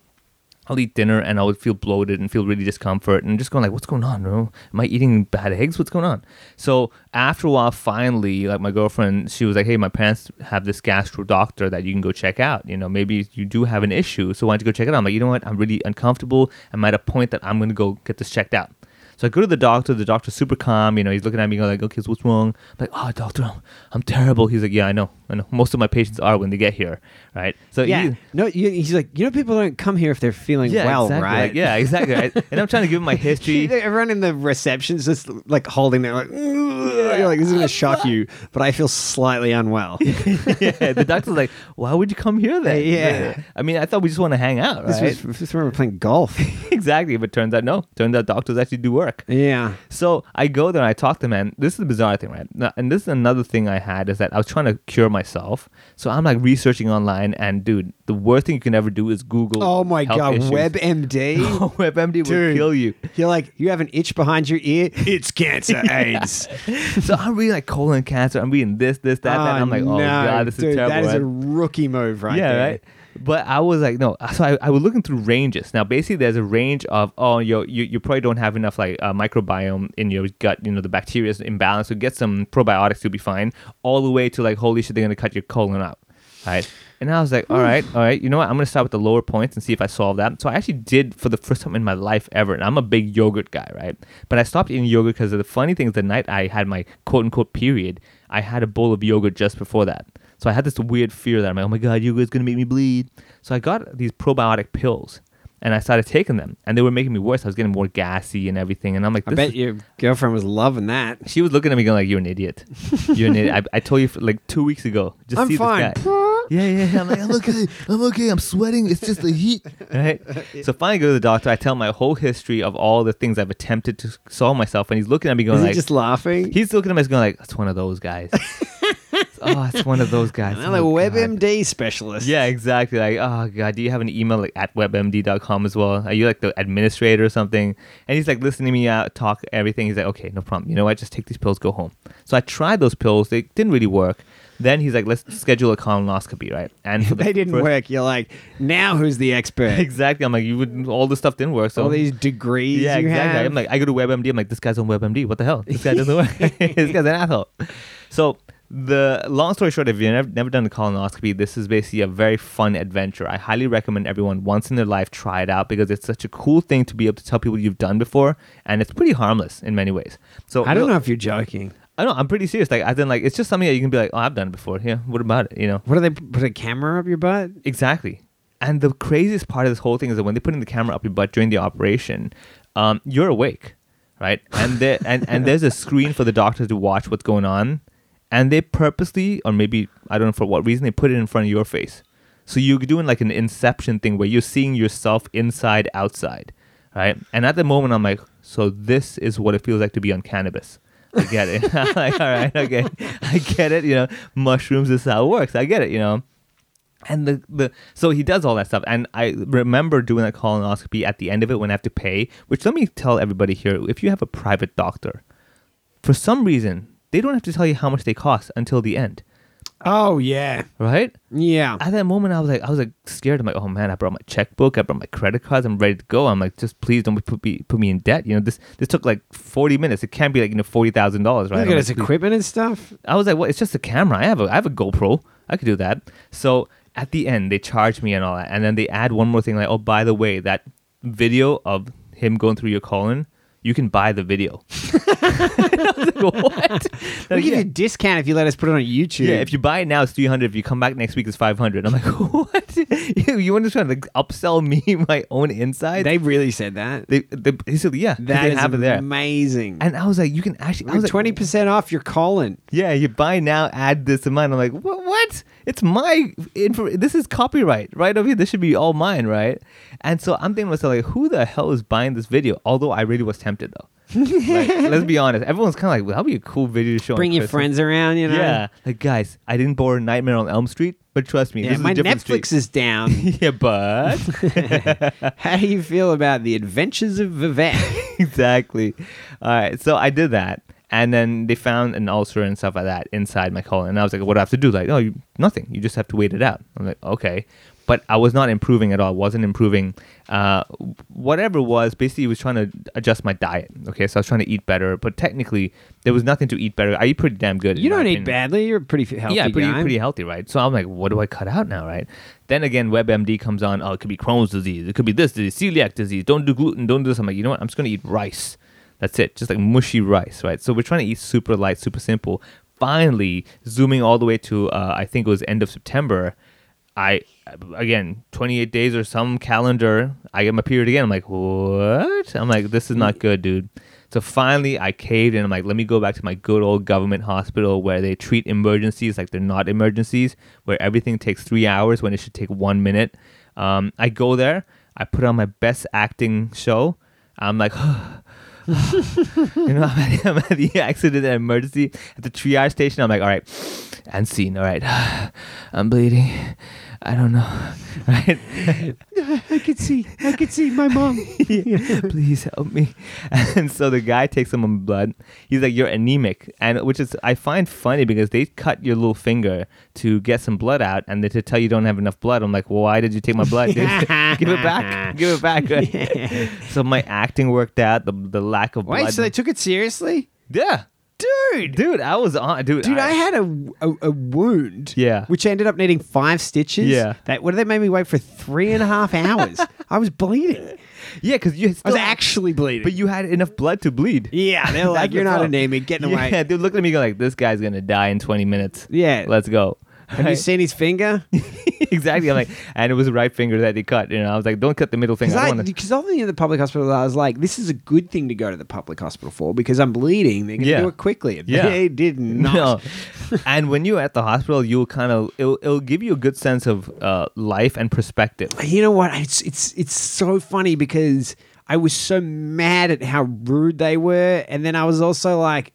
I'll eat dinner and I would feel bloated and feel really discomfort and just going like, what's going on? Bro? Am I eating bad eggs? What's going on? So after a while, finally, like my girlfriend, she was like, hey, my parents have this gastro doctor that you can go check out. You know, maybe you do have an issue, so why don't you go check it out? I'm like, you know what? I'm really uncomfortable. I'm at a point that I'm gonna go get this checked out. So I go to the doctor. The doctor's super calm. You know, he's looking at me going like, "Okay, so what's wrong?" I'm like, "Oh, doctor, I'm, I'm terrible." He's like, "Yeah, I know. I know. Most of my patients are when they get here, right?" So
Yeah.
he-
No, you, he's like, you know, people don't come here if they're feeling
yeah,
well,
exactly.
right?
Like, yeah, exactly. right? And I'm trying to give him my history.
Everyone in the reception's just like holding their like, you're like this is gonna shock you, but I feel slightly unwell.
yeah, the doctor's like, "Why would you come here then?"
Yeah.
I mean, I thought we just want to hang out,
This
right?
was this is when we were playing golf.
exactly. But turns out no. Turns out doctors actually do work.
yeah.
So I go there and I talk to him, and this is the bizarre thing, right? Now- And this is another thing I had is that I was trying to cure myself. So I'm like researching online, and dude, the worst thing you can ever do is Google.
Oh my
health
god,
issues.
WebMD.
Oh, WebMD will
Dude.
kill you.
You're like, you have an itch behind your ear. It's cancer, AIDS.
So I'm reading like colon cancer. I'm reading this, this, that, that. and I'm like, oh
no,
god, this
dude,
is terrible.
That is a
right?
rookie move, right?
yeah,
there.
right. But I was like, no. So I, I was looking through ranges. Now, basically, there's a range of oh, you you you probably don't have enough like uh, microbiome in your gut. You know, the bacteria is imbalanced. So get some probiotics, you'll be fine. All the way to like, holy shit, they're gonna cut your colon out, right? And I was like, all right, all right. You know what? I'm gonna start with the lower points and see if I solve that. So I actually did for the first time in my life ever. And I'm a big yogurt guy, right? But I stopped eating yogurt because the funny thing is, the night I had my quote unquote period, I had a bowl of yogurt just before that. So I had this weird fear that I'm like, oh my god, yogurt's gonna make me bleed. So I got these probiotic pills, and I started taking them, and they were making me worse. I was getting more gassy and everything, and I'm like,
I
this
bet
is-
your girlfriend was loving that.
She was looking at me going like, "You're an idiot. You're an idiot." I, I told you for, like two weeks ago. Just
I'm
see
fine.
this guy. Yeah, yeah, yeah. I'm like, I'm okay. I'm okay. I'm sweating. It's just the heat, right? So finally, I go to the doctor. I tell him my whole history of all the things I've attempted to solve myself, and he's looking at me going
Is
like,
he just laughing?
he's looking at me going like, "That's one of those guys." oh, it's one of those guys.
Another
Oh, God.
WebMD specialist.
Yeah, exactly. Like, oh god, do you have an email like at webmd.com as well? Are you like the administrator or something? And he's like listening to me out talk everything. He's like, okay, no problem. You know what? Just take these pills, go home. So I tried those pills. They didn't really work. Then he's like, let's schedule a colonoscopy, right? And for the
They didn't
first-
work. You're like, now who's the expert?
Exactly. I'm like, you would all this stuff didn't work. So
All these degrees
yeah,
you
exactly.
have.
I'm like, I go to WebMD. I'm like, this guy's on WebMD. What the hell? This guy doesn't work. this guy's an asshole. So the long story short, if you've never, never done a colonoscopy, this is basically a very fun adventure. I highly recommend everyone once in their life try it out because it's such a cool thing to be able to tell people you've done before, and it's pretty harmless in many ways. So
I don't
no,
know if you're joking.
I know. I'm pretty serious. Like, I then like it's just something that you can be like, oh, I've done it before. Yeah, what about it? You know.
What do they put a camera up your butt?
Exactly. And the craziest part of this whole thing is that when they're putting the camera up your butt during the operation, um, you're awake, right? And there and, and there's a screen for the doctors to watch what's going on, and they purposely, or maybe I don't know for what reason, they put it in front of your face. So you're doing like an inception thing where you're seeing yourself inside, outside, right? And at the moment, I'm like, so this is what it feels like to be on cannabis. I get it. I'm like, all right, okay, I get it. You know, mushrooms this is how it works. I get it. You know and the, the so he does all that stuff and i remember doing that colonoscopy at the end of it when i have to pay which let me tell everybody here if you have a private doctor for some reason they don't have to tell you how much they cost until the end
Oh yeah,
right
yeah.
at that moment i was like i was like scared i'm like oh man i brought my checkbook i brought my credit cards i'm ready to go i'm like just please don't put me put me in debt you know this this took like 40 minutes it can't be like you know $40000
Look
right I'm
at
like,
his
"Please."
equipment and stuff.
I was like, well, it's just a camera. I have a I have a GoPro. I could do that. So at the end, they charge me and all that, and then they add one more thing like, oh, by the way, that video of him going through your colon, you can buy the video. what?
We'll
Like,
give
yeah.
you a discount if you let us put it on YouTube.
Yeah, if you buy it now, it's 300. If you come back next week, it's 500. I'm like, what? you, you want to try to like, upsell me my own inside?
they really said that.
They, they, he said, yeah,
That
they
is
have it there.
amazing.
And I was like, you can actually. I was like,
Twenty percent off your colon.
Yeah, you buy now, add this to mine. I'm like, what? what? It's my. Info- this is copyright right over here. This should be all mine, right? And so I'm thinking to myself, like, who the hell is buying this video? Although I really was tempted though. Like, let's be honest. Everyone's kind of like, well, that would be a cool video to show. on
Bring your
Christmas.
friends around, you know.
Yeah, like guys, I didn't borrow Nightmare on Elm Street, but trust me,
Yeah,
this is
my
a different
Netflix is down.
Street. yeah, but
How do you feel about the adventures of Vivek?
exactly. All right, so I did that, and then they found an ulcer and stuff like that inside my colon, and I was like, "What do I have to do?" Like, "Oh, you, nothing. You just have to wait it out." I'm like, "Okay," but I was not improving at all. wasn't improving. Uh, whatever it was, basically, was trying to adjust my diet. Okay, so I was trying to eat better, but technically, there was nothing to eat better. I eat pretty damn good.
you
in my
don't eat
opinion.
badly. You're a pretty f- healthy.
yeah, pretty
guy.
pretty healthy, right? So I'm like, what do I cut out now, right? Then again, WebMD comes on. Oh, it could be Crohn's disease. It could be this disease, celiac disease. Don't do gluten. Don't do this. I'm like, you know what? I'm just gonna eat rice. That's it. Just like mushy rice, right? So we're trying to eat super light, super simple. Finally, zooming all the way to uh, I think it was end of September. I again 28 days or some calendar. I get my period again. I'm like, what? I'm like, this is not good, dude. So finally, I caved and I'm like, let me go back to my good old government hospital where they treat emergencies like they're not emergencies, where everything takes three hours when it should take one minute. Um, I go there. I put on my best acting show. I'm like. you know, I'm at, I'm at the accident and emergency at the triage station. I'm like, all right, and scene. All right, I'm bleeding. I don't know. Right?
I could see. I could see my mom.
Please help me. And so the guy takes some blood. He's like, you're anemic, and which is I find funny because they cut your little finger to get some blood out, and then to tell you don't have enough blood. I'm like, well, why did you take my blood? dude? Give it back. Give it back. right? So my acting worked out. The the lack of
Wait,
blood.
so they took it seriously?
yeah.
Dude.
Dude, I was on. Dude,
Dude, I had a, a, a wound.
Yeah.
Which ended up needing five stitches.
Yeah.
That what did they make me wait for three and a half hours? I was bleeding.
Yeah, because you
I was
still-
actually bleeding.
but you had enough blood to bleed.
yeah, they're
That's
like,
the
you're not
problem.
anemic, get in the
Yeah,
way.
dude, look at me go like, this guy's gonna die in 20 minutes.
Yeah.
let's go.
Have you seen his finger?
exactly. I'm like, and it was the right finger that they cut. You know, I was like, don't cut the middle finger. I don't wanna-
Because often in the public hospital, I was like, this is a good thing to go to the public hospital for because I'm bleeding. They're going to
Yeah.
do it quickly. And
Yeah.
They did not.
No. and when you're at the hospital, you'll kind of it'll, it'll give you a good sense of uh, life and perspective.
You know what? It's it's it's so funny because I was so mad at how rude they were, and then I was also like,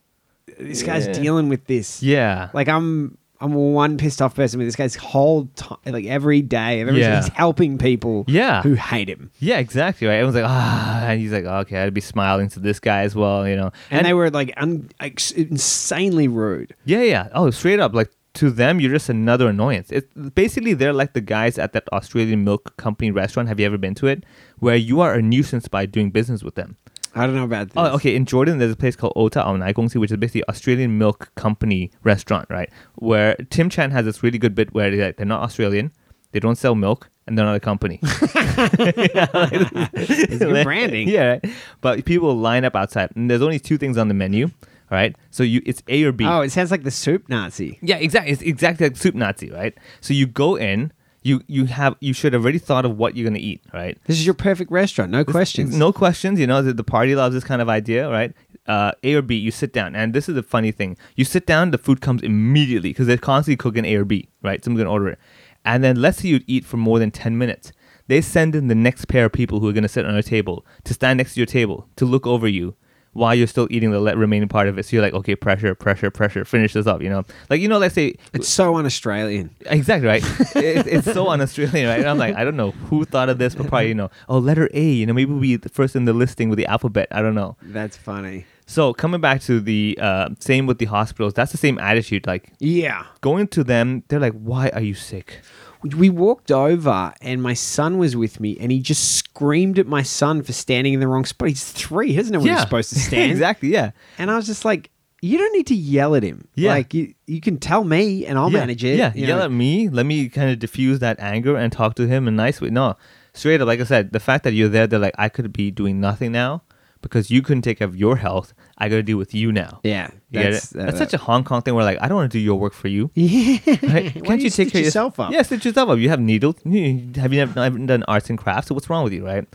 this guy's
Yeah.
dealing with this.
Yeah.
Like I'm I'm one pissed off person with this guy's whole time, like every day. Every
Yeah.
He's helping people.
Yeah.
Who hate him.
yeah, exactly. Right. Everyone's like, ah, and he's like, okay, I'd be smiling to this guy as well. You know,
And, they were like un- ex- insanely rude.
Yeah, yeah. Oh, straight up, like to them, you're just another annoyance. It's basically they're like the guys at that Australian milk company restaurant. Have you ever been to it? Where you are a nuisance by doing business with them.
I don't know about this.
Oh, okay. In Jordan, there's a place called Ota Aonaikongsi, which is basically Australian milk company restaurant, right? Where Tim Chan has this really good bit where they're, like, they're not Australian, they don't sell milk, and they're not a company.
It's good branding.
yeah, right? but people line up outside, and there's only two things on the menu, all right? So you, it's A or B.
Oh, it sounds like the soup Nazi.
Yeah, exactly. It's exactly like soup Nazi, right? So you go in, you you have you should have already thought of what you're gonna eat, right?
This is your perfect restaurant. No questions.
No questions. You know the, the party loves this kind of idea, right? Uh, a or B, you sit down, and this is the funny thing. You sit down, the food comes immediately because they're constantly cooking A or B, right? Someone's gonna order it, and then let's say you eat for more than ten minutes. They send in the next pair of people who are gonna sit on your table to stand next to your table to look over you while you're still eating the le- remaining part of it. So you're like, okay, pressure, pressure, pressure, finish this up. You know, like you know, let's say
It's so un-Australian.
Exactly right. it, it's so un-Australian, right? And I'm like, I don't know who thought of this, but probably you know, oh, letter A. You know, maybe we'll be the first in the listing with the alphabet. I don't know.
That's funny.
So coming back to the uh, same with the hospitals, that's the same attitude. Like
Yeah.
going to them, they're like, why are you sick?
We walked over and my son was with me and he just screamed at my son for standing in the wrong spot. He's three. He doesn't know where he's supposed to stand.
exactly. Yeah.
And I was just like, you don't need to yell at him.
Yeah.
Like, you, you can tell me and I'll
yeah,
manage it.
Yeah,
you
yell
know.
at me. Let me kind of diffuse that anger and talk to him in a nice way. No, straight up, like I said, the fact that you're there, they're like, I could be doing nothing now, because you couldn't take care of your health. I got to deal with you now.
Yeah,
You get it?
that's- uh,
That's,
that-
such a Hong Kong thing where like I don't want to do your work for you.
Yeah.
Right?
Why do you stitch yourself up?
Yeah, stitch yourself up. You have needles. You- Have you never never done arts and crafts? So what's wrong with you, right?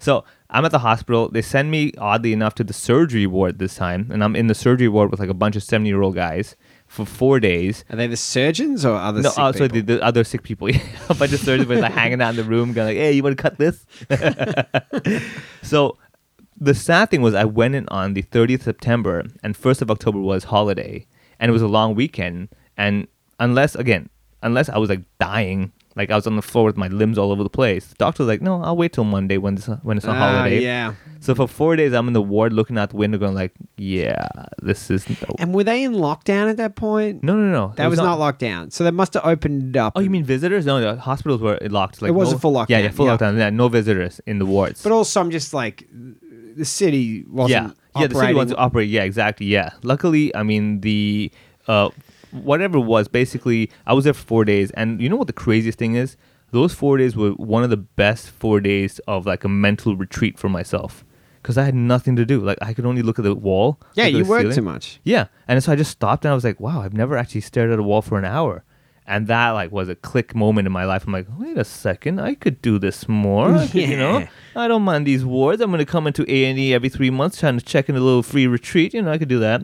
So I'm at the hospital. They send me, oddly enough, to the surgery ward this time, and I'm in the surgery ward with like a bunch of 70 year old guys for four days.
Are they the surgeons or other
No,
sick
oh, sorry,
people?
the, the other sick people. yeah. a bunch of surgeons were like hanging out in the room, going like, "Hey, you want to cut this?" so the sad thing was, I went in on the 30th September, and 1st of October was holiday, and it was a long weekend. And unless, again, unless I was like dying, like I was on the floor with my limbs all over the place, the doctor was like, "No, I'll wait till Monday when it's when it's a
Ah,
holiday."
yeah.
So for four days, I'm in the ward looking out the window, going like, "Yeah, this is."
And were they in lockdown at that point?
No, no, no.
That was, not, lockdown. So they must have opened it up.
Oh, you mean visitors? No, the hospitals were locked. Like
It was
no-
a full
Yeah, yeah,
lockdown,
full
yeah.
lockdown. Yeah, no visitors in the wards.
But also, I'm just like, the city
yeah,
wasn't.
yeah, the city wants to
operating-
operate. Yeah, exactly. Yeah. Luckily, I mean the uh, whatever it was basically, I was there for four days, and you know what the craziest thing is? Those four days were one of the best four days of like a mental retreat for myself because I had nothing to do. Like I could only look at the wall.
Yeah,
look at
you
the
worked
ceiling.
too much.
Yeah, and so I just stopped and I was like, wow, I've never actually stared at a wall for an hour. And that like was a click moment in my life. I'm like, wait a second, I could do this more. I could, You know,
Yeah.
I don't mind these wards. I'm gonna come into A and E every three months, trying to check in a little free retreat. You know, I could do that.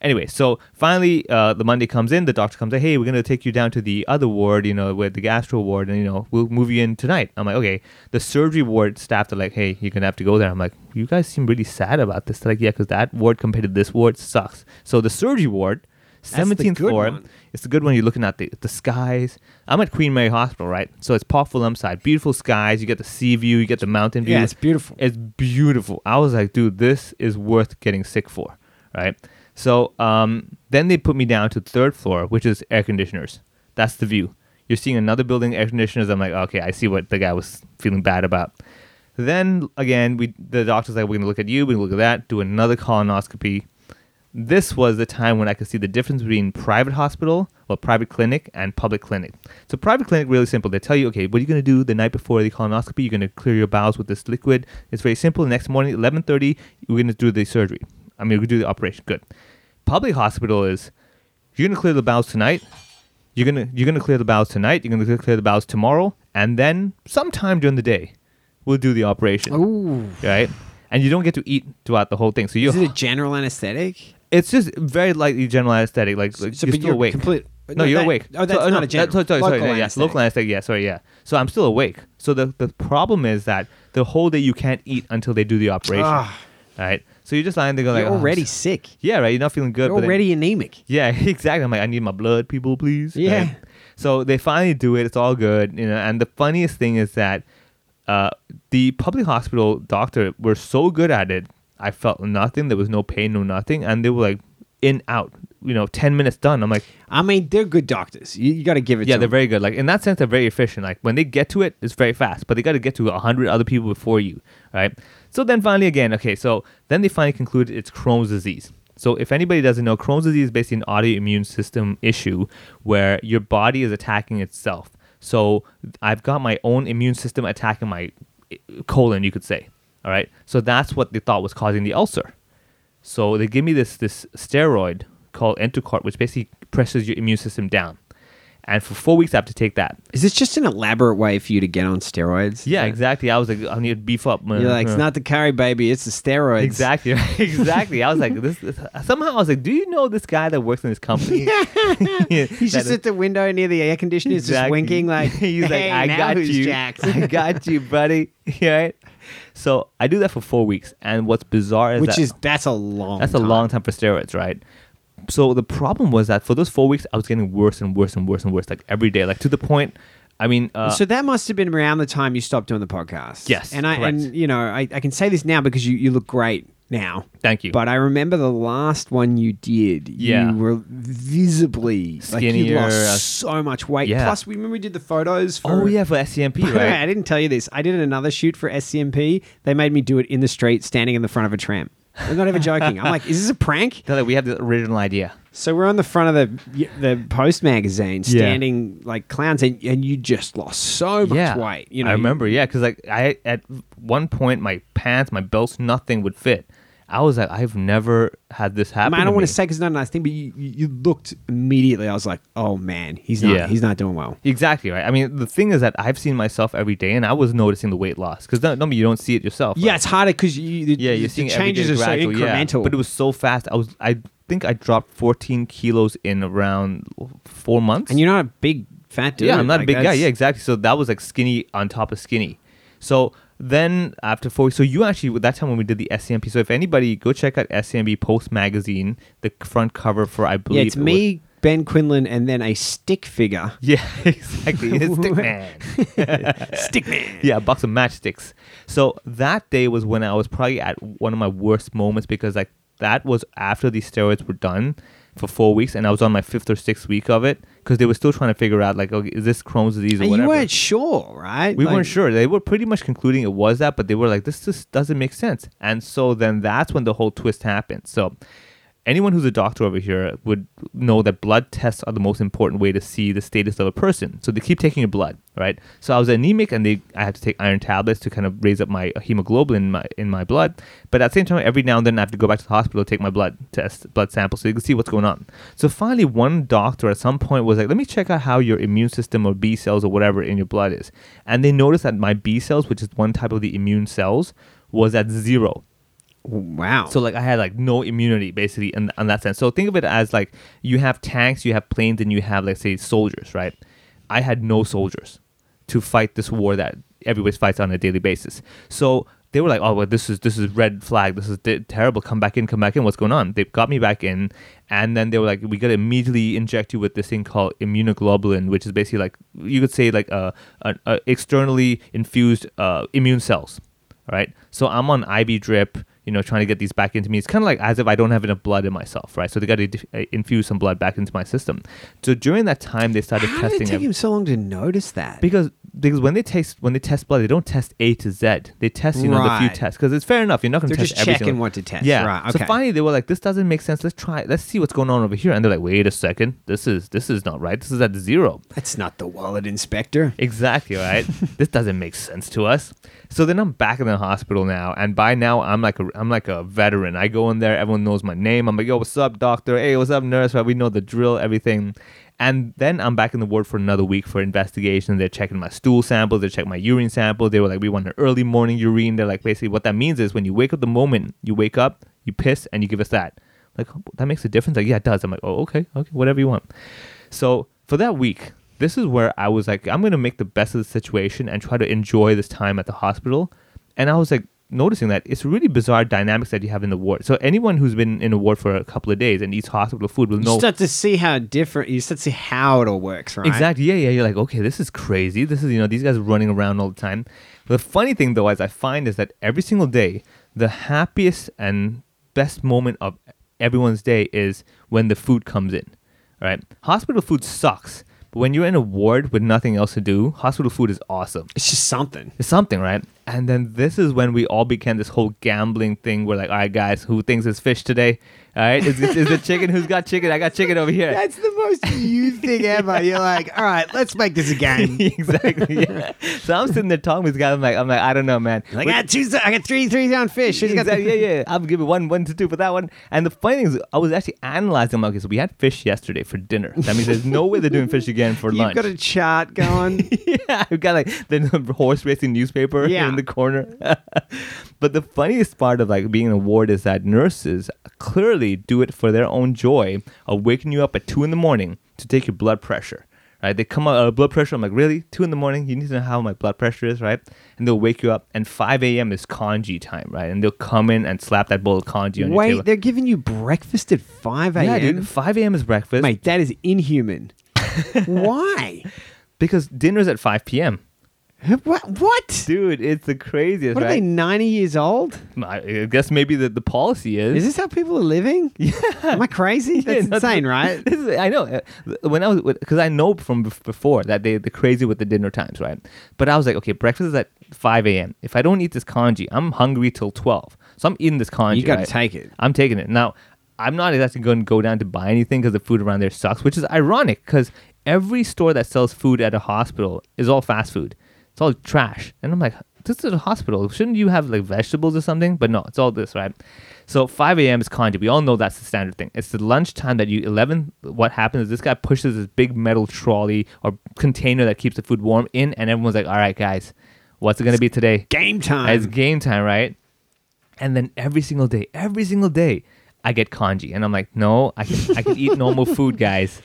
Anyway, so finally, uh, the Monday comes in. The doctor comes in. Hey, we're gonna take you down to the other ward. You know, with the gastro ward, and you know, we'll move you in tonight. I'm like, okay. The surgery ward staff are like, hey, you're gonna have to go there. I'm like, you guys seem really sad about this. They're like, yeah, because that ward compared to this ward sucks. So the surgery ward,
That's the
seventeenth
good
floor.
one.
It's the good one. You're looking at the, the skies. I'm at Queen Mary Hospital, right? So it's Paul Fulham side. Beautiful skies. You get the sea view. You get the mountain view.
Yeah, it's beautiful.
It's beautiful. I was like, dude, this is worth getting sick for, right? So um, then they put me down to third floor, which is air conditioners. That's the view. You're seeing another building, air conditioners. I'm like, okay, I see what the guy was feeling bad about. Then again, we the doctor's like, we're gonna look at you, we're gonna look at that, do another colonoscopy this was the time when I could see the difference between private hospital or private clinic and public clinic. So private clinic really simple. They tell you, okay, what are you gonna do the night before the colonoscopy? You're gonna clear your bowels with this liquid. It's very simple. The next morning, eleven thirty, you're gonna do the surgery. I mean, we do the operation. Good. Public hospital is you're gonna clear the bowels tonight. You're gonna you're gonna clear the bowels tonight. You're gonna clear the bowels tomorrow, and then sometime during the day, we'll do the operation.
Ooh.
Right. And you don't get to eat throughout the whole thing. So you
Is it a general anesthetic?
it's just very lightly general anesthetic. Like, like
so-
you're
but
still
you're
awake.
complete-
no,
no,
you're
that-
awake.
oh, that's
So-
not
no,
a general.
sorry, sorry,
Local
sorry, yeah,
anesthetic.
local anesthetic. Yeah, sorry, yeah. So I'm still awake. So the the problem is that the whole day you can't eat until they do the operation.
Ah.
Right. So you're just lying there going
You're
like, oh, I'm
already
s-
sick.
yeah, right. You're not feeling good.
You're
but then-
already anemic.
yeah, exactly. I'm like, I need my blood, people, please.
Yeah.
Right? So they finally do it. It's all good, you know. And the funniest thing is that uh, the public hospital doctor were so good at it. I felt nothing. There was no pain, no nothing, and they were like in out. You know, ten minutes done. I'm like,
I mean, they're good doctors. You, you got to give it
yeah,
to
they're
them.
very good. Like in that sense, they're very efficient. Like when they get to it, it's very fast. But they got to get to a hundred other people before you, right? So then finally, again, okay. So then they finally conclude it's Crohn's disease. So if anybody doesn't know, Crohn's disease is basically an autoimmune system issue where your body is attacking itself. So I've got my own immune system attacking my eh, colon, you could say. All right. So that's what they thought was causing the ulcer. So they give me this this steroid called Entocort, which basically presses your immune system down. And for four weeks, I have to take that.
Is this just an elaborate way for you to get on steroids?
Yeah, exactly. I was like, I need to beef up. man.
You're like, it's
Yeah.
not the curry, baby. It's the steroids.
Exactly, exactly. I was like, this, this- Somehow, I was like, do you know this guy that works in this company?
He's
That
just at the window near the air conditioner, he's just
Exactly.
winking like,
he's like,
"Hey,
I
now
got
who's
you,
Jax?"
I got you, buddy. Right? So I do that for four weeks, and what's bizarre is
Which
that,
is that's a long.
That's a
time.
long time for steroids, right? So the problem was that for those four weeks, I was getting worse and worse and worse and worse, like every day, like to the point. I mean, uh,
so that must have been around the time you stopped doing the podcast.
Yes,
and I and
correct.
you know I, I can say this now because you, you look great now.
Thank you.
But I remember the last one you did.
Yeah.
you were visibly Like you
Skinnier, uh,
lost so much weight.
yeah.
Plus, we remember we did the photos. For,
oh yeah, for SCMP,
I
right?
didn't tell you this. I did another shoot for SCMP. They made me do it in the street, standing in the front of a tram. I'm not even joking. I'm like, is this a prank?
They're like, we have the original idea.
So we're on the front of the the Post magazine, standing like clowns, and, and you just lost so much
yeah,
weight. You know,
I remember, yeah, because like I at one point my pants, my belts, nothing would fit. I was like, I've never had this happen.
I, mean, I don't want
me.
to say 'cause it's not a nice thing, but you, you you looked immediately. I was like, oh man, he's not
Yeah.
he's not doing well.
Exactly right. I mean, the thing is that I've seen myself every day, and I was noticing the weight loss because no, no, you don't see it yourself.
Yeah,
right?
it's harder because you, the,
yeah,
the
you're seeing it every
changes
day
are so
gradually, yeah.
incremental.
But it was so fast. I was, I think I dropped 14 kilos in around four months.
and you're not a big fat dude.
yeah, I'm not
like,
a big guy.
that's-
Yeah, exactly. So that was like skinny on top of skinny. So then after four, so you actually that time when we did the SCMP. So if anybody go check out SCMP Post Magazine, the front cover for I believe
yeah. It's
it was-
me, Ben Quinlan, and then a stick figure.
yeah, exactly. It's Dick Man.
stick man.
yeah, a box of matchsticks. So that day was when I was probably at one of my worst moments because like that was after the steroids were done for four weeks, and I was on my fifth or sixth week of it because they were still trying to figure out like, okay, is this Crohn's disease or
And you
whatever.
weren't sure, right?
we
Like,
weren't sure. They were pretty much concluding it was that, but they were like, this just doesn't make sense. And so then that's when the whole twist happened. So anyone who's a doctor over here would know that blood tests are the most important way to see the status of a person. So they keep taking your blood, right? So I was anemic, and they I had to take iron tablets to kind of raise up my hemoglobin in my in my blood. But at the same time, every now and then I have to go back to the hospital to take my blood test, blood sample, so you can see what's going on. So finally, one doctor at some point was like, "Let me check out how your immune system or B cells or whatever in your blood is," and they noticed that my B cells, which is one type of the immune cells, was at zero.
Wow.
So like I had like no immunity basically in, in that sense. So think of it as like you have tanks, you have planes, and you have like say soldiers, right? I had no soldiers to fight this war that everybody fights on a daily basis. So they were like, oh well, this is this is red flag, this is t- terrible. Come back in, come back in. What's going on? They got me back in, and then they were like, we gotta immediately inject you with this thing called immunoglobulin, which is basically like you could say like uh, an uh, externally infused uh, immune cells right? So I'm on IV drip, you know, trying to get these back into me. It's kind of like as if I don't have enough blood in myself, right? So they got to dif- uh, infuse some blood back into my system. So during that time, they started
How did
testing
it take
ev-
him so long to notice that?
because because when they test when they test blood, they don't test A to Z. They test you know the
Right.
few tests because it's fair enough. You're not going to
They're
test
just
every
checking
single-
what to test.
Yeah.
Right,
So
okay.
finally, they were like, "This doesn't make sense. Let's try. Let's see what's going on over here." And they're like, "Wait a second. This is this is not right. This is at zero.
That's not the wallet inspector.
Exactly, right? this doesn't make sense to us. So then I'm back in the hospital now, and by now I'm like a, I'm like a veteran. I go in there, everyone knows my name. I'm like, "Yo, what's up, doctor? Hey, what's up, nurse?" Right? We know the drill, everything. And then I'm back in the ward for another week for investigation. They're checking my stool samples, they're checking my urine samples. They were like, "We want an early morning urine." They're like, basically, what that means is when you wake up the moment you wake up, you piss and you give us that. Like "Oh, that makes a difference. Like yeah, it does. I'm like, oh okay, okay, whatever you want. So for that week, this is where I was like, I'm gonna make the best of the situation and try to enjoy this time at the hospital. And I was like noticing that it's really bizarre dynamics that you have in the ward. So anyone who's been in a ward for a couple of days and eats hospital food will
You
know
start to see how different. You start to see how it all works, right?
Exactly. Yeah, yeah. You're like, okay, this is crazy. This is, you know, these guys are running around all the time. The funny thing, though, as I find, is that every single day, the happiest and best moment of everyone's day is when the food comes in. All right. Hospital food sucks, but when you're in a ward with nothing else to do, hospital food is awesome.
It's just something.
It's something, right? And then this is when we all began this whole gambling thing. We're like, all right, guys, who thinks it's fish today? All right, is, is it chicken? Who's got chicken? I got chicken over here.
That's the most you thing ever. You're like, all right, let's make this a game.
exactly. Yeah. so I'm sitting there talking to this guy. I'm like, I'm like, I don't know, man.
I got two. I got three three down fish. She's ah, got
exactly. Yeah, yeah. I'm giving one, one to two for that one. And the funny thing is, I was actually analyzing. I'm like, okay, so we had fish yesterday for dinner. That means there's no way they're doing fish again for
You've
lunch.
got a chart going.
yeah, I've got like the horse racing newspaper
Yeah.
in the corner. but the funniest part of like being in a ward is that nurses clearly do it for their own joy of waking you up at two in the morning to take your blood pressure. Right? They come out uh, blood pressure. I'm like, really? Two in the morning? You need to know how my blood pressure is, right? And they'll wake you up. And 5 a.m. is congee time, right? And they'll come in and slap that bowl of congee on your
Wait,
table.
they're giving you breakfast at five a.m.
Yeah, dude. 5 a.m. is breakfast
Mate, that is inhuman. Why?
because dinner's at 5 p.m.
What? What?
Dude, it's the craziest.
What are
right?
they? Ninety years old?
I I guess maybe the, the policy is.
Is this how people are living? Yeah. Am I crazy? That's
no,
insane, right?
This is, I know. uh, When I was, because I know from bef- before that they the crazy with the dinner times, right? But I was like, okay, breakfast is at 5 a.m. If I don't eat this congee, I'm hungry till 12. So I'm eating this congee.
You gotta
right?
take it.
I'm taking it. Now, I'm not exactly going to go down to buy anything because the food around there sucks, which is ironic because every store that sells food at a hospital is all fast food. It's all trash. And I'm like, this is a hospital. Shouldn't you have like vegetables or something? But no, it's all this, right? So 5 a.m. is congee. We all know that's the standard thing. It's the lunchtime that you 11. What happens is this guy pushes this big metal trolley or container that keeps the food warm in, and everyone's like, "All right, guys, what's it gonna be today?"
Game
It's
time.
game time, right? And then every single day, every single day, I get congee, and I'm like, no, I can, I can eat normal food, guys.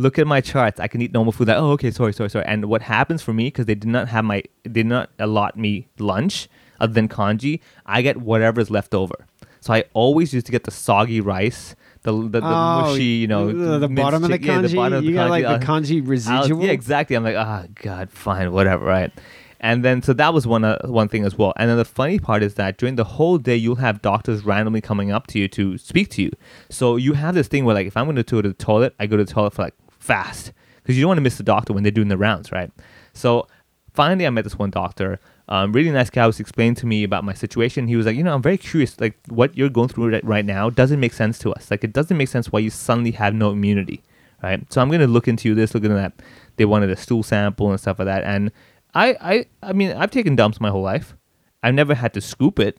Look at my charts. I can eat normal food. Like, oh, okay, sorry, sorry, sorry. And what happens for me because they did not have my, did not allot me lunch other than congee. I get whatever's left over. So I always used to get the soggy rice, the the, the
Oh,
mushy, you know,
the, the
minced
bottom of the
chick- yeah,
kanji.
bottom of
you got like
I'll-
the kanji
I was-
residual.
yeah, exactly. I'm like, ah, God, fine, whatever, right? And then so that was one uh, one thing as well. And then the funny part is that during the whole day, you'll have doctors randomly coming up to you to speak to you. So you have this thing where like, if I'm going to go to the toilet, I go to the toilet for like fast because you don't want to miss the doctor when they're doing the rounds, right? So finally, I met this one doctor. Um, really nice guy was explaining to me about my situation. He was like, you know, I'm very curious. Like, what you're going through right, right now doesn't make sense to us. Like, it doesn't make sense why you suddenly have no immunity right? So I'm gonna look into this, look into that. They wanted a stool sample and stuff like that. And I, I, I mean, I've taken dumps my whole life. I've never had to scoop it,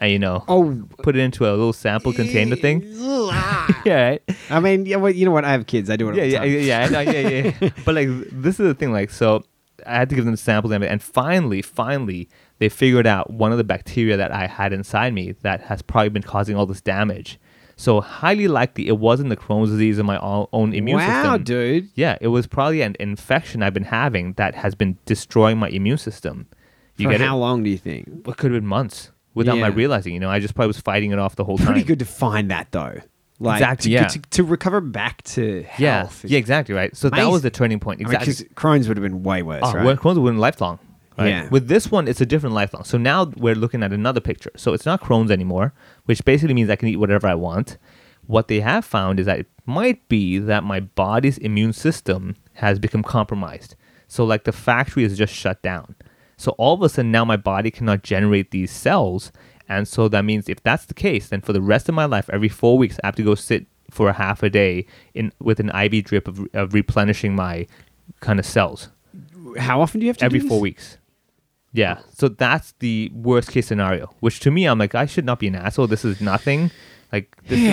and you know,
Oh.
put it into a little sample container thing. yeah, right?
I mean, yeah, well, you know what? I have kids. I do it.
yeah,
all the
yeah,
time.
yeah, yeah, yeah, yeah, yeah. But like, this is the thing. Like, so I had to give them the samples, and everything. and finally, finally, they figured out one of the bacteria that I had inside me that has probably been causing all this damage. So highly likely, it wasn't the Crohn's disease in my o- own immune system.
Wow, dude.
Yeah, it was probably an infection I've been having that has been destroying my immune system. You
For
get
how
it?
long do you think?
It could have been months without my
Yeah.
realizing. You know, I just probably was fighting it off the whole
Pretty
time.
good to find that though. Like
Exactly,
to,
yeah.
to, to recover back to
Yeah,
health.
yeah, exactly right. So that
Amazing.
was the turning point. Exactly.
Because Crohn's would have been way worse,
Oh,
right?
well, Crohn's wouldn't lifelong. Right?
Yeah.
With this one, it's a different lifelong. So now we're looking at another picture. So it's not Crohn's anymore, which basically means I can eat whatever I want. What they have found is that it might be that my body's immune system has become compromised. So like the factory is just shut down. So all of a sudden now my body cannot generate these cells. And so that means if that's the case, then for the rest of my life, every four weeks, I have to go sit for a half a day in with an IV drip of, of replenishing my kind of cells
how often do you have to
every
do
four
this?
weeks. Yeah, so that's the worst case scenario. Which to me, I'm like, I should not be an asshole. This is nothing. Like, this is,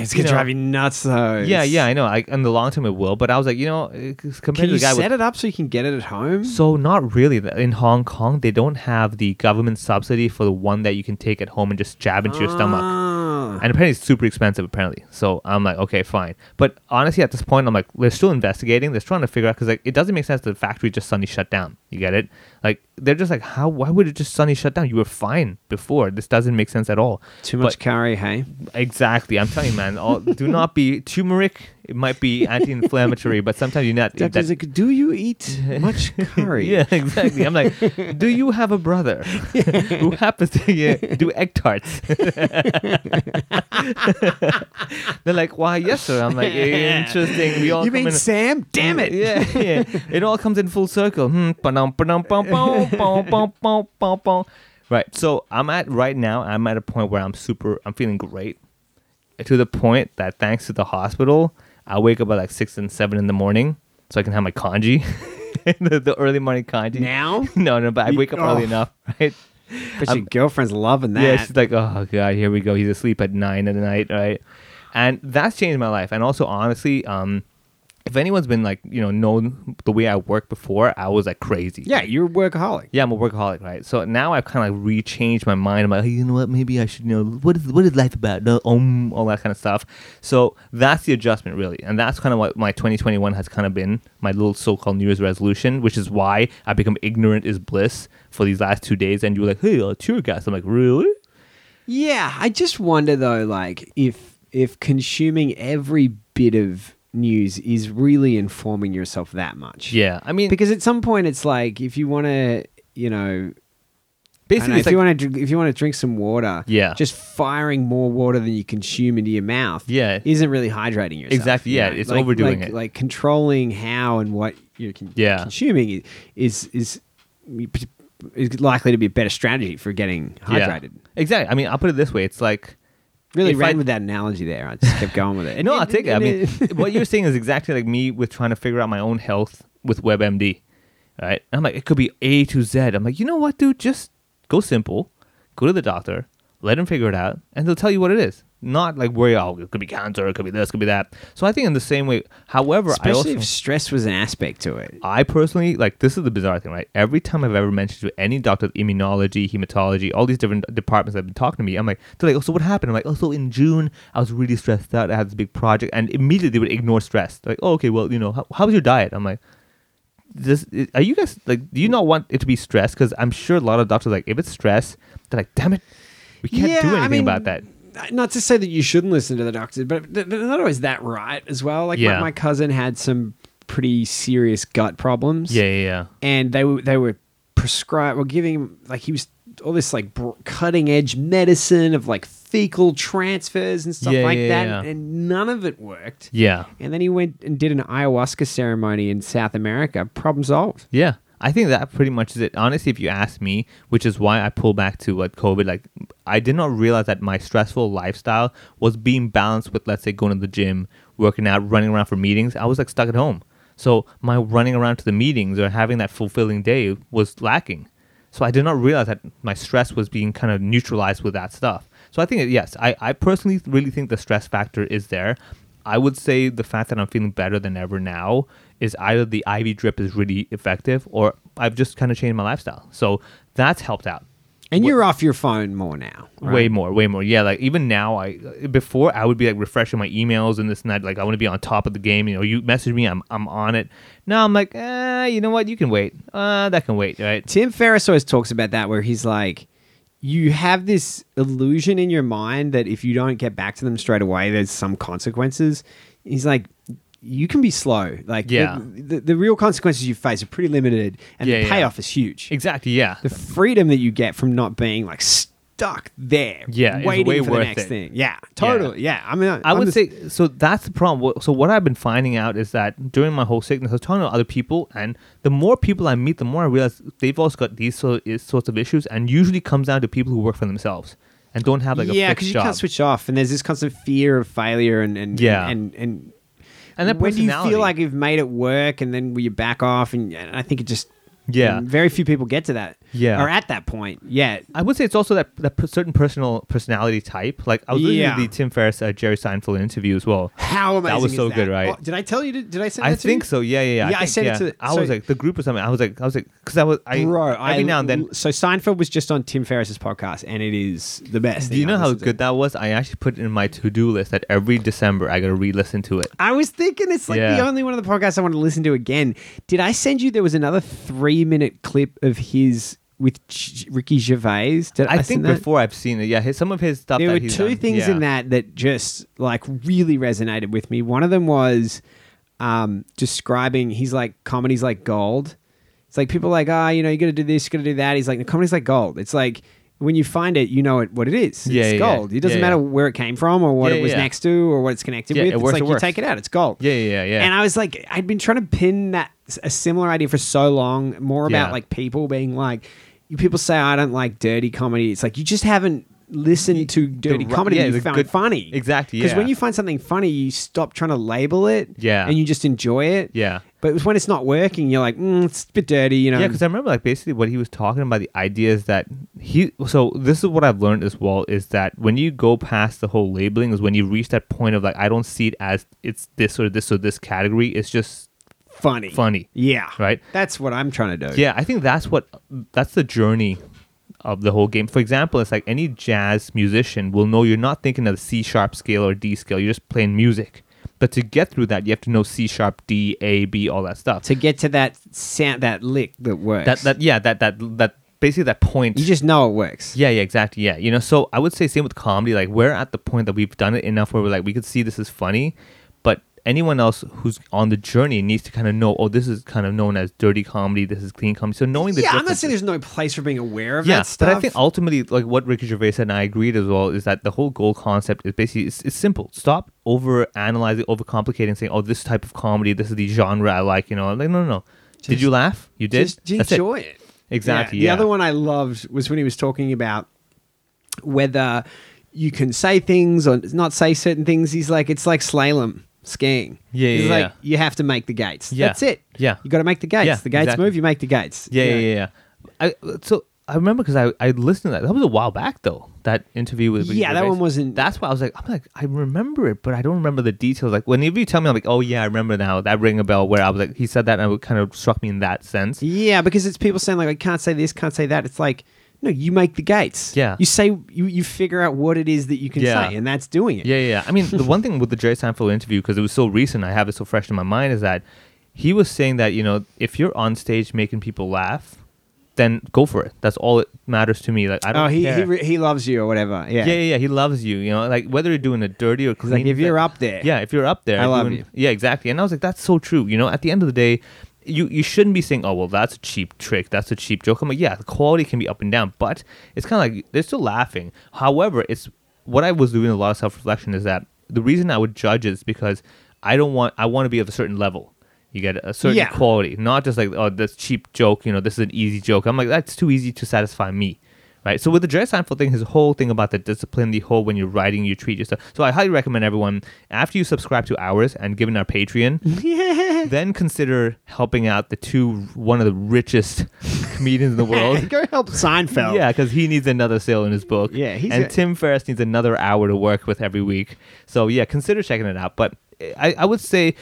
It's gonna
you know-
drive you nuts though.
Yeah,
It's-
yeah, I know. I, in the long term, it will. But I was like, you know, eh, 'cause compared
Can
to
you
the guy
set
with
it up so you can get it at home?
so not really. In Hong Kong, they don't have the government subsidy for the one that you can take at home and just jab into your stomach.
Ah.
And apparently, it's super expensive. Apparently, so I'm like, okay, fine. But honestly, at this point, I'm like, they're still investigating. They're trying to figure out because like it doesn't make sense that the factory just suddenly shut down. You get it? Like they're just like, how? Why would it just suddenly shut down? You were fine before. This doesn't make sense at all.
Too
But-
much curry, hey?
Exactly. I'm telling you, man. All, do not be turmeric. It might be anti-inflammatory, but sometimes you're not.
Doctor's
that-
like, do you eat much curry?
yeah, exactly. I'm like, do you have a brother who happens to yeah, do egg tarts? They're like, why, yes, sir. I'm like, interesting. We all
You
come
mean
in-
Sam? Damn it!
Yeah, yeah. It all comes in full circle. Hmm. Ba-dum, ba-dum, bum, bum, bum, bum, bum, bum, bum. Right. So I'm at right now. I'm at a point where I'm super. I'm feeling great, to the point that thanks to the hospital, I wake up at like six and seven in the morning so I can have my kanji, the, the early morning kanji.
Now?
No, no. But I
You-
wake up early
oh.
enough, right?
But your girlfriend's loving that.
Yeah, she's like, oh god, here we go. He's asleep at nine at night, right? And that's changed my life. And also, honestly, um, if anyone's been like, you know, known the way I worked before, I was like crazy.
yeah, you're a workaholic.
Yeah, I'm a workaholic, right? So now I've kind of like rechanged my mind. I'm like, "Hey, you know what? Maybe I should you know what is what is life about? No, um, all that kind of stuff. So that's the adjustment, really, and that's kind of what my 2021 has kind of been my little so-called New Year's resolution, which is why I become ignorant is bliss for these last two days. And you were like, hey, uh, tour guys. I'm like, really?
Yeah, I just wonder though, like if if consuming every bit of news is really informing yourself that much.
Yeah, I mean,
because at some point it's like if you want to, you know, I don't
basically,
know, if
it's like-
you want to if you want to drink some water,
Yeah.
just firing more water than you consume into your mouth,
Yeah.
isn't really hydrating yourself.
Exactly,
you
yeah,
know?
it's
Like-
overdoing
like-
it.
Like controlling how and what you're con-
Yeah.
consuming is is is likely to be a better strategy for getting
yeah.
hydrated.
Exactly. I mean, I'll put it this way: it's like
Really
If
ran
I-
with that analogy there. I just kept going with it.
no, I'll take it. I mean, what you're saying is exactly like me with trying to figure out my own health with WebMD, right? I'm like, it could be A to Z. I'm like, you know what, dude? Just go simple, go to the doctor, let him figure it out, and they'll tell you what it is. Not like worry, oh, it could be cancer, it could be this, it could be that. So I think in the same way, however, I
Especially
also.
if stress was an aspect to it.
I personally like this is the bizarre thing, right? Every time I've ever mentioned to any doctor, immunology, hematology, all these different departments that have been talking to me, I'm like, they're like, oh, so what happened? I'm like, oh, so in June I was really stressed out. I had this big project, and immediately they would ignore stress. They're like, oh, okay, well, you know, how, how was your diet? I'm like, this are you guys like, do you not want it to be stress? Because I'm sure a lot of doctors are like, if it's stress, they're like, damn it, we can't do anything about that.
Not to say that you shouldn't listen to the doctor, but th- they're not always that right as well. Like
Yeah.
my, my cousin had some pretty serious gut problems.
Yeah, yeah, yeah.
and they were they were prescribed or giving him like he was all this like br- cutting edge medicine of like fecal transfers and stuff
Yeah,
like
yeah,
that,
yeah.
and none of it worked.
Yeah.
And then he went and did an ayahuasca ceremony in South America. Problem solved.
Yeah. I think that pretty much is it. Honestly, if you ask me, which is why I pull back to what COVID, like I did not realize that my stressful lifestyle was being balanced with, let's say, going to the gym, working out, running around for meetings. I was like stuck at home. So my running around to the meetings or having that fulfilling day was lacking. So I did not realize that my stress was being kind of neutralized with that stuff. So I think, yes, I, I personally really think the stress factor is there. I would say the fact that I'm feeling better than ever now is either the IV drip is really effective or I've just kind of changed my lifestyle. So that's helped out.
And you're off your phone more now. right?
Way more, way more. Yeah, like even now, I before I would be like refreshing my emails and this and that. Like I want to be on top of the game. You know, you message me, I'm I'm on it. Now I'm like, eh, you know what? You can wait. Uh, that can wait, right?
Tim Ferriss always talks about that, where he's like, you have this illusion in your mind that if you don't get back to them straight away, there's some consequences. He's like, you can be slow. Like, the-
Yeah.
the, the, real consequences you face are pretty limited, and
Yeah,
the
yeah.
payoff is huge.
Exactly. Yeah.
The freedom that you get from not being like stuck there,
Yeah, it's
waiting
way
for the
worth
next
it.
thing. Yeah, totally. Yeah, I mean,
I would
understand-
say so. That's the problem. Wh- So what I've been finding out is that during my whole sickness, I was talking to other people, and the more people I meet, the more I realize they've also got these so, is- sorts of issues, and usually comes down to people who work for themselves and don't have like a
yeah,
fixed
you
job.
can't switch off, and there's this constant fear of failure, and and
Yeah.
and and
and their
when do you
personality.
feel like you've made it work and then you back off and, and i think it just mm,
Yeah.
very few people get to that
Yeah.
or at that point yet
I would say it's also that that per- certain personal personality type. Like I was listening
Yeah.
to the Tim Ferriss uh, Jerry Seinfeld interview as well.
how amazing
That was
is
so good, right?
Oh, did i tell you to, did i send
I
that to
think
you?
so. Yeah, yeah, yeah.
Yeah, I
think,
sent it to the-
I
so-
was like the group or something. I was like, I was like, because I was, I
bro I-
every now and then
so seinfeld was just on tim ferriss's podcast and it is the best
Do you
thing
know
I've
how
listened to.
good that was? I actually put it in my to-do list that every December I gotta re-listen to it.
I was thinking it's like
Yeah.
the only one of the podcasts I want to listen to again. Did I send you? There was another three-minute clip of his with Ch- Ricky Gervais. Did I,
I,
send
think
that?
before I've seen it. Yeah, his, some of his stuff.
There
that
were
he's
two
done.
things
Yeah.
in that that just like really resonated with me. One of them was um, describing he's like comedy's like gold. It's like people are like ah, you know, you got to do this, you got to do that. He's like the comedy's like gold. It's like when you find it, you know it what it is. It's
Yeah, yeah,
gold.
yeah.
It doesn't
Yeah,
matter
yeah.
where it came from or what
Yeah,
it was
yeah.
next to or what it's connected
Yeah,
with.
it
it's
works,
like
it
you
works.
take it out, it's gold.
Yeah, yeah, yeah.
And I was like, I'd been trying to pin that a similar idea for so long, more about
Yeah.
like people being like, you people say I don't like dirty comedy. It's like you just haven't listened to dirty
ri-
comedy
yeah,
that you
the
found
good-
funny.
Exactly,
Because
yeah.
when you find something funny, you stop trying to label it.
Yeah.
And you just enjoy it.
Yeah.
But it's when it's not working, you're like, mm, it's a bit dirty, you know.
Yeah, because I remember like basically what he was talking about. The idea is that he. So this is what I've learned as well is that when you go past the whole labeling is when you reach that point of like I don't see it as it's this or this or this category. It's just
funny.
funny.
Yeah.
Right.
That's what I'm trying to do.
Yeah, I think that's what that's the journey of the whole game. For example, it's like any jazz musician will know you're not thinking of the C sharp scale or D scale. You're just playing music. But to get through that, you have to know C sharp, D, A, B, all that stuff.
To get to that sound, that lick that works.
That that yeah, that that that basically that point.
you just know it works.
yeah, yeah, exactly. Yeah, you know. So I would say same with comedy. Like we're at the point that we've done it enough where we're like we could see this is funny, but anyone else who's on the journey needs to kind of know. Oh, this is kind of known as dirty comedy. This is clean comedy. So knowing the
Yeah, I'm not
differences-
saying there's no place for being aware of that
Yes,
stuff.
but I think ultimately, like what Ricky Gervais said, and I agreed as well, is that the whole goal concept is basically it's, it's simple. Stop over analyzing, over complicating, saying, "Oh, this type of comedy, this is the genre I like." You know, I'm like no, no, no. did you laugh? You did.
just
That's it.
enjoy it.
Exactly,
The
yeah.
other one I loved was when he was talking about whether you can say things or not say certain things. He's like, it's like slalom skiing.
Yeah,
He's
yeah,
like,
yeah.
you have to make the gates.
Yeah.
That's it.
Yeah.
You got to make the gates.
Yeah,
the gates
exactly.
move. You make the gates.
Yeah,
You
yeah,
know?
yeah. yeah. I, so I remember because I, I listened to that. That was a while back though. That interview with Ricky
Yeah, that
Gervais.
one wasn't-
That's why I was like, I'm like, I remember it, but I don't remember the details. Like whenever you tell me, I'm like, oh yeah, I remember now. That ring a bell. Where I was like, he said that, and it kind of struck me in that sense.
Yeah, because it's people saying like I can't say this, can't say that. It's like no, you make the gates.
Yeah.
you say you, you figure out what it is that you can
Yeah.
say, and that's doing it.
Yeah, yeah. yeah. I mean, the one thing with the Jerry Seinfeld interview, because it was so recent, I have it so fresh in my mind, is that he was saying that, you know, if you're on stage making people laugh, then go for it. That's all it matters to me. Like, I don't
Oh, he
care.
he, re- he loves you or whatever. Yeah.
yeah, yeah, yeah, he loves you. You know, like whether you're doing it dirty or clean.
like, if
it's
you're up there,
yeah, if you're up there,
I love
doing-
you.
Yeah, exactly. And I was like, that's so true. You know, at the end of the day, you you shouldn't be saying, oh well, that's a cheap trick, that's a cheap joke. I'm like, yeah, the quality can be up and down, but it's kind of like they're still laughing. However, it's what I was doing a lot of self reflection is that the reason I would judge is because I don't want I want to be of a certain level. You get a certain
Yeah.
quality, not just like oh this cheap joke. You know, this is an easy joke. I'm like that's too easy to satisfy me. Right. So with the Jerry Seinfeld thing, his whole thing about the discipline, the whole when you're writing, you treat yourself. So I highly recommend everyone after you subscribe to ours and given our Patreon, then consider helping out the two one of the richest comedians in the world.
Go help Seinfeld.
Yeah, because he needs another sale in his book.
Yeah, he's
and
a-
Tim Ferriss needs another hour to work with every week. So yeah, consider checking it out. But I, I would say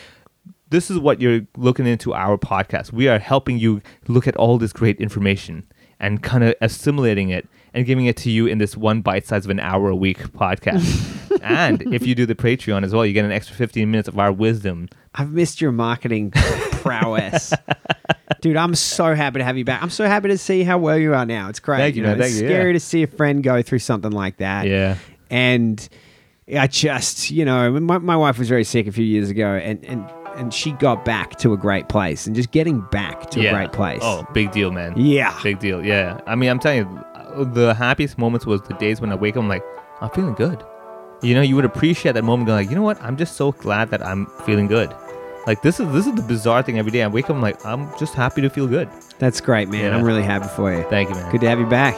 this is what you're looking into our podcast. We are helping you look at all this great information and kind of assimilating it and giving it to you in this one bite size of an hour a week podcast. and if you do the Patreon as well, you get an extra 15 minutes of our wisdom.
I've missed your marketing prowess. Dude, I'm so happy to have you back. I'm so happy to see how well you are now. It's great.
Thank you, man.
it's
Thank you, yeah.
scary to see a friend go through something like that.
Yeah.
And I just, you know, my, my wife was very sick a few years ago and, and, and she got back to a great place and just getting back to a great place.
Oh, big deal, man.
Yeah.
Big deal. Yeah. I mean, I'm telling you, the happiest moments was the days when I wake up, I'm like, I'm feeling good. You know, you would appreciate that moment, going like, you know what? I'm just so glad that I'm feeling good. Like this is this is the bizarre thing every day. I wake up, I'm like, I'm just happy to feel good.
That's great, man.
Yeah.
I'm really happy for you.
Thank you, man.
Good to have you back.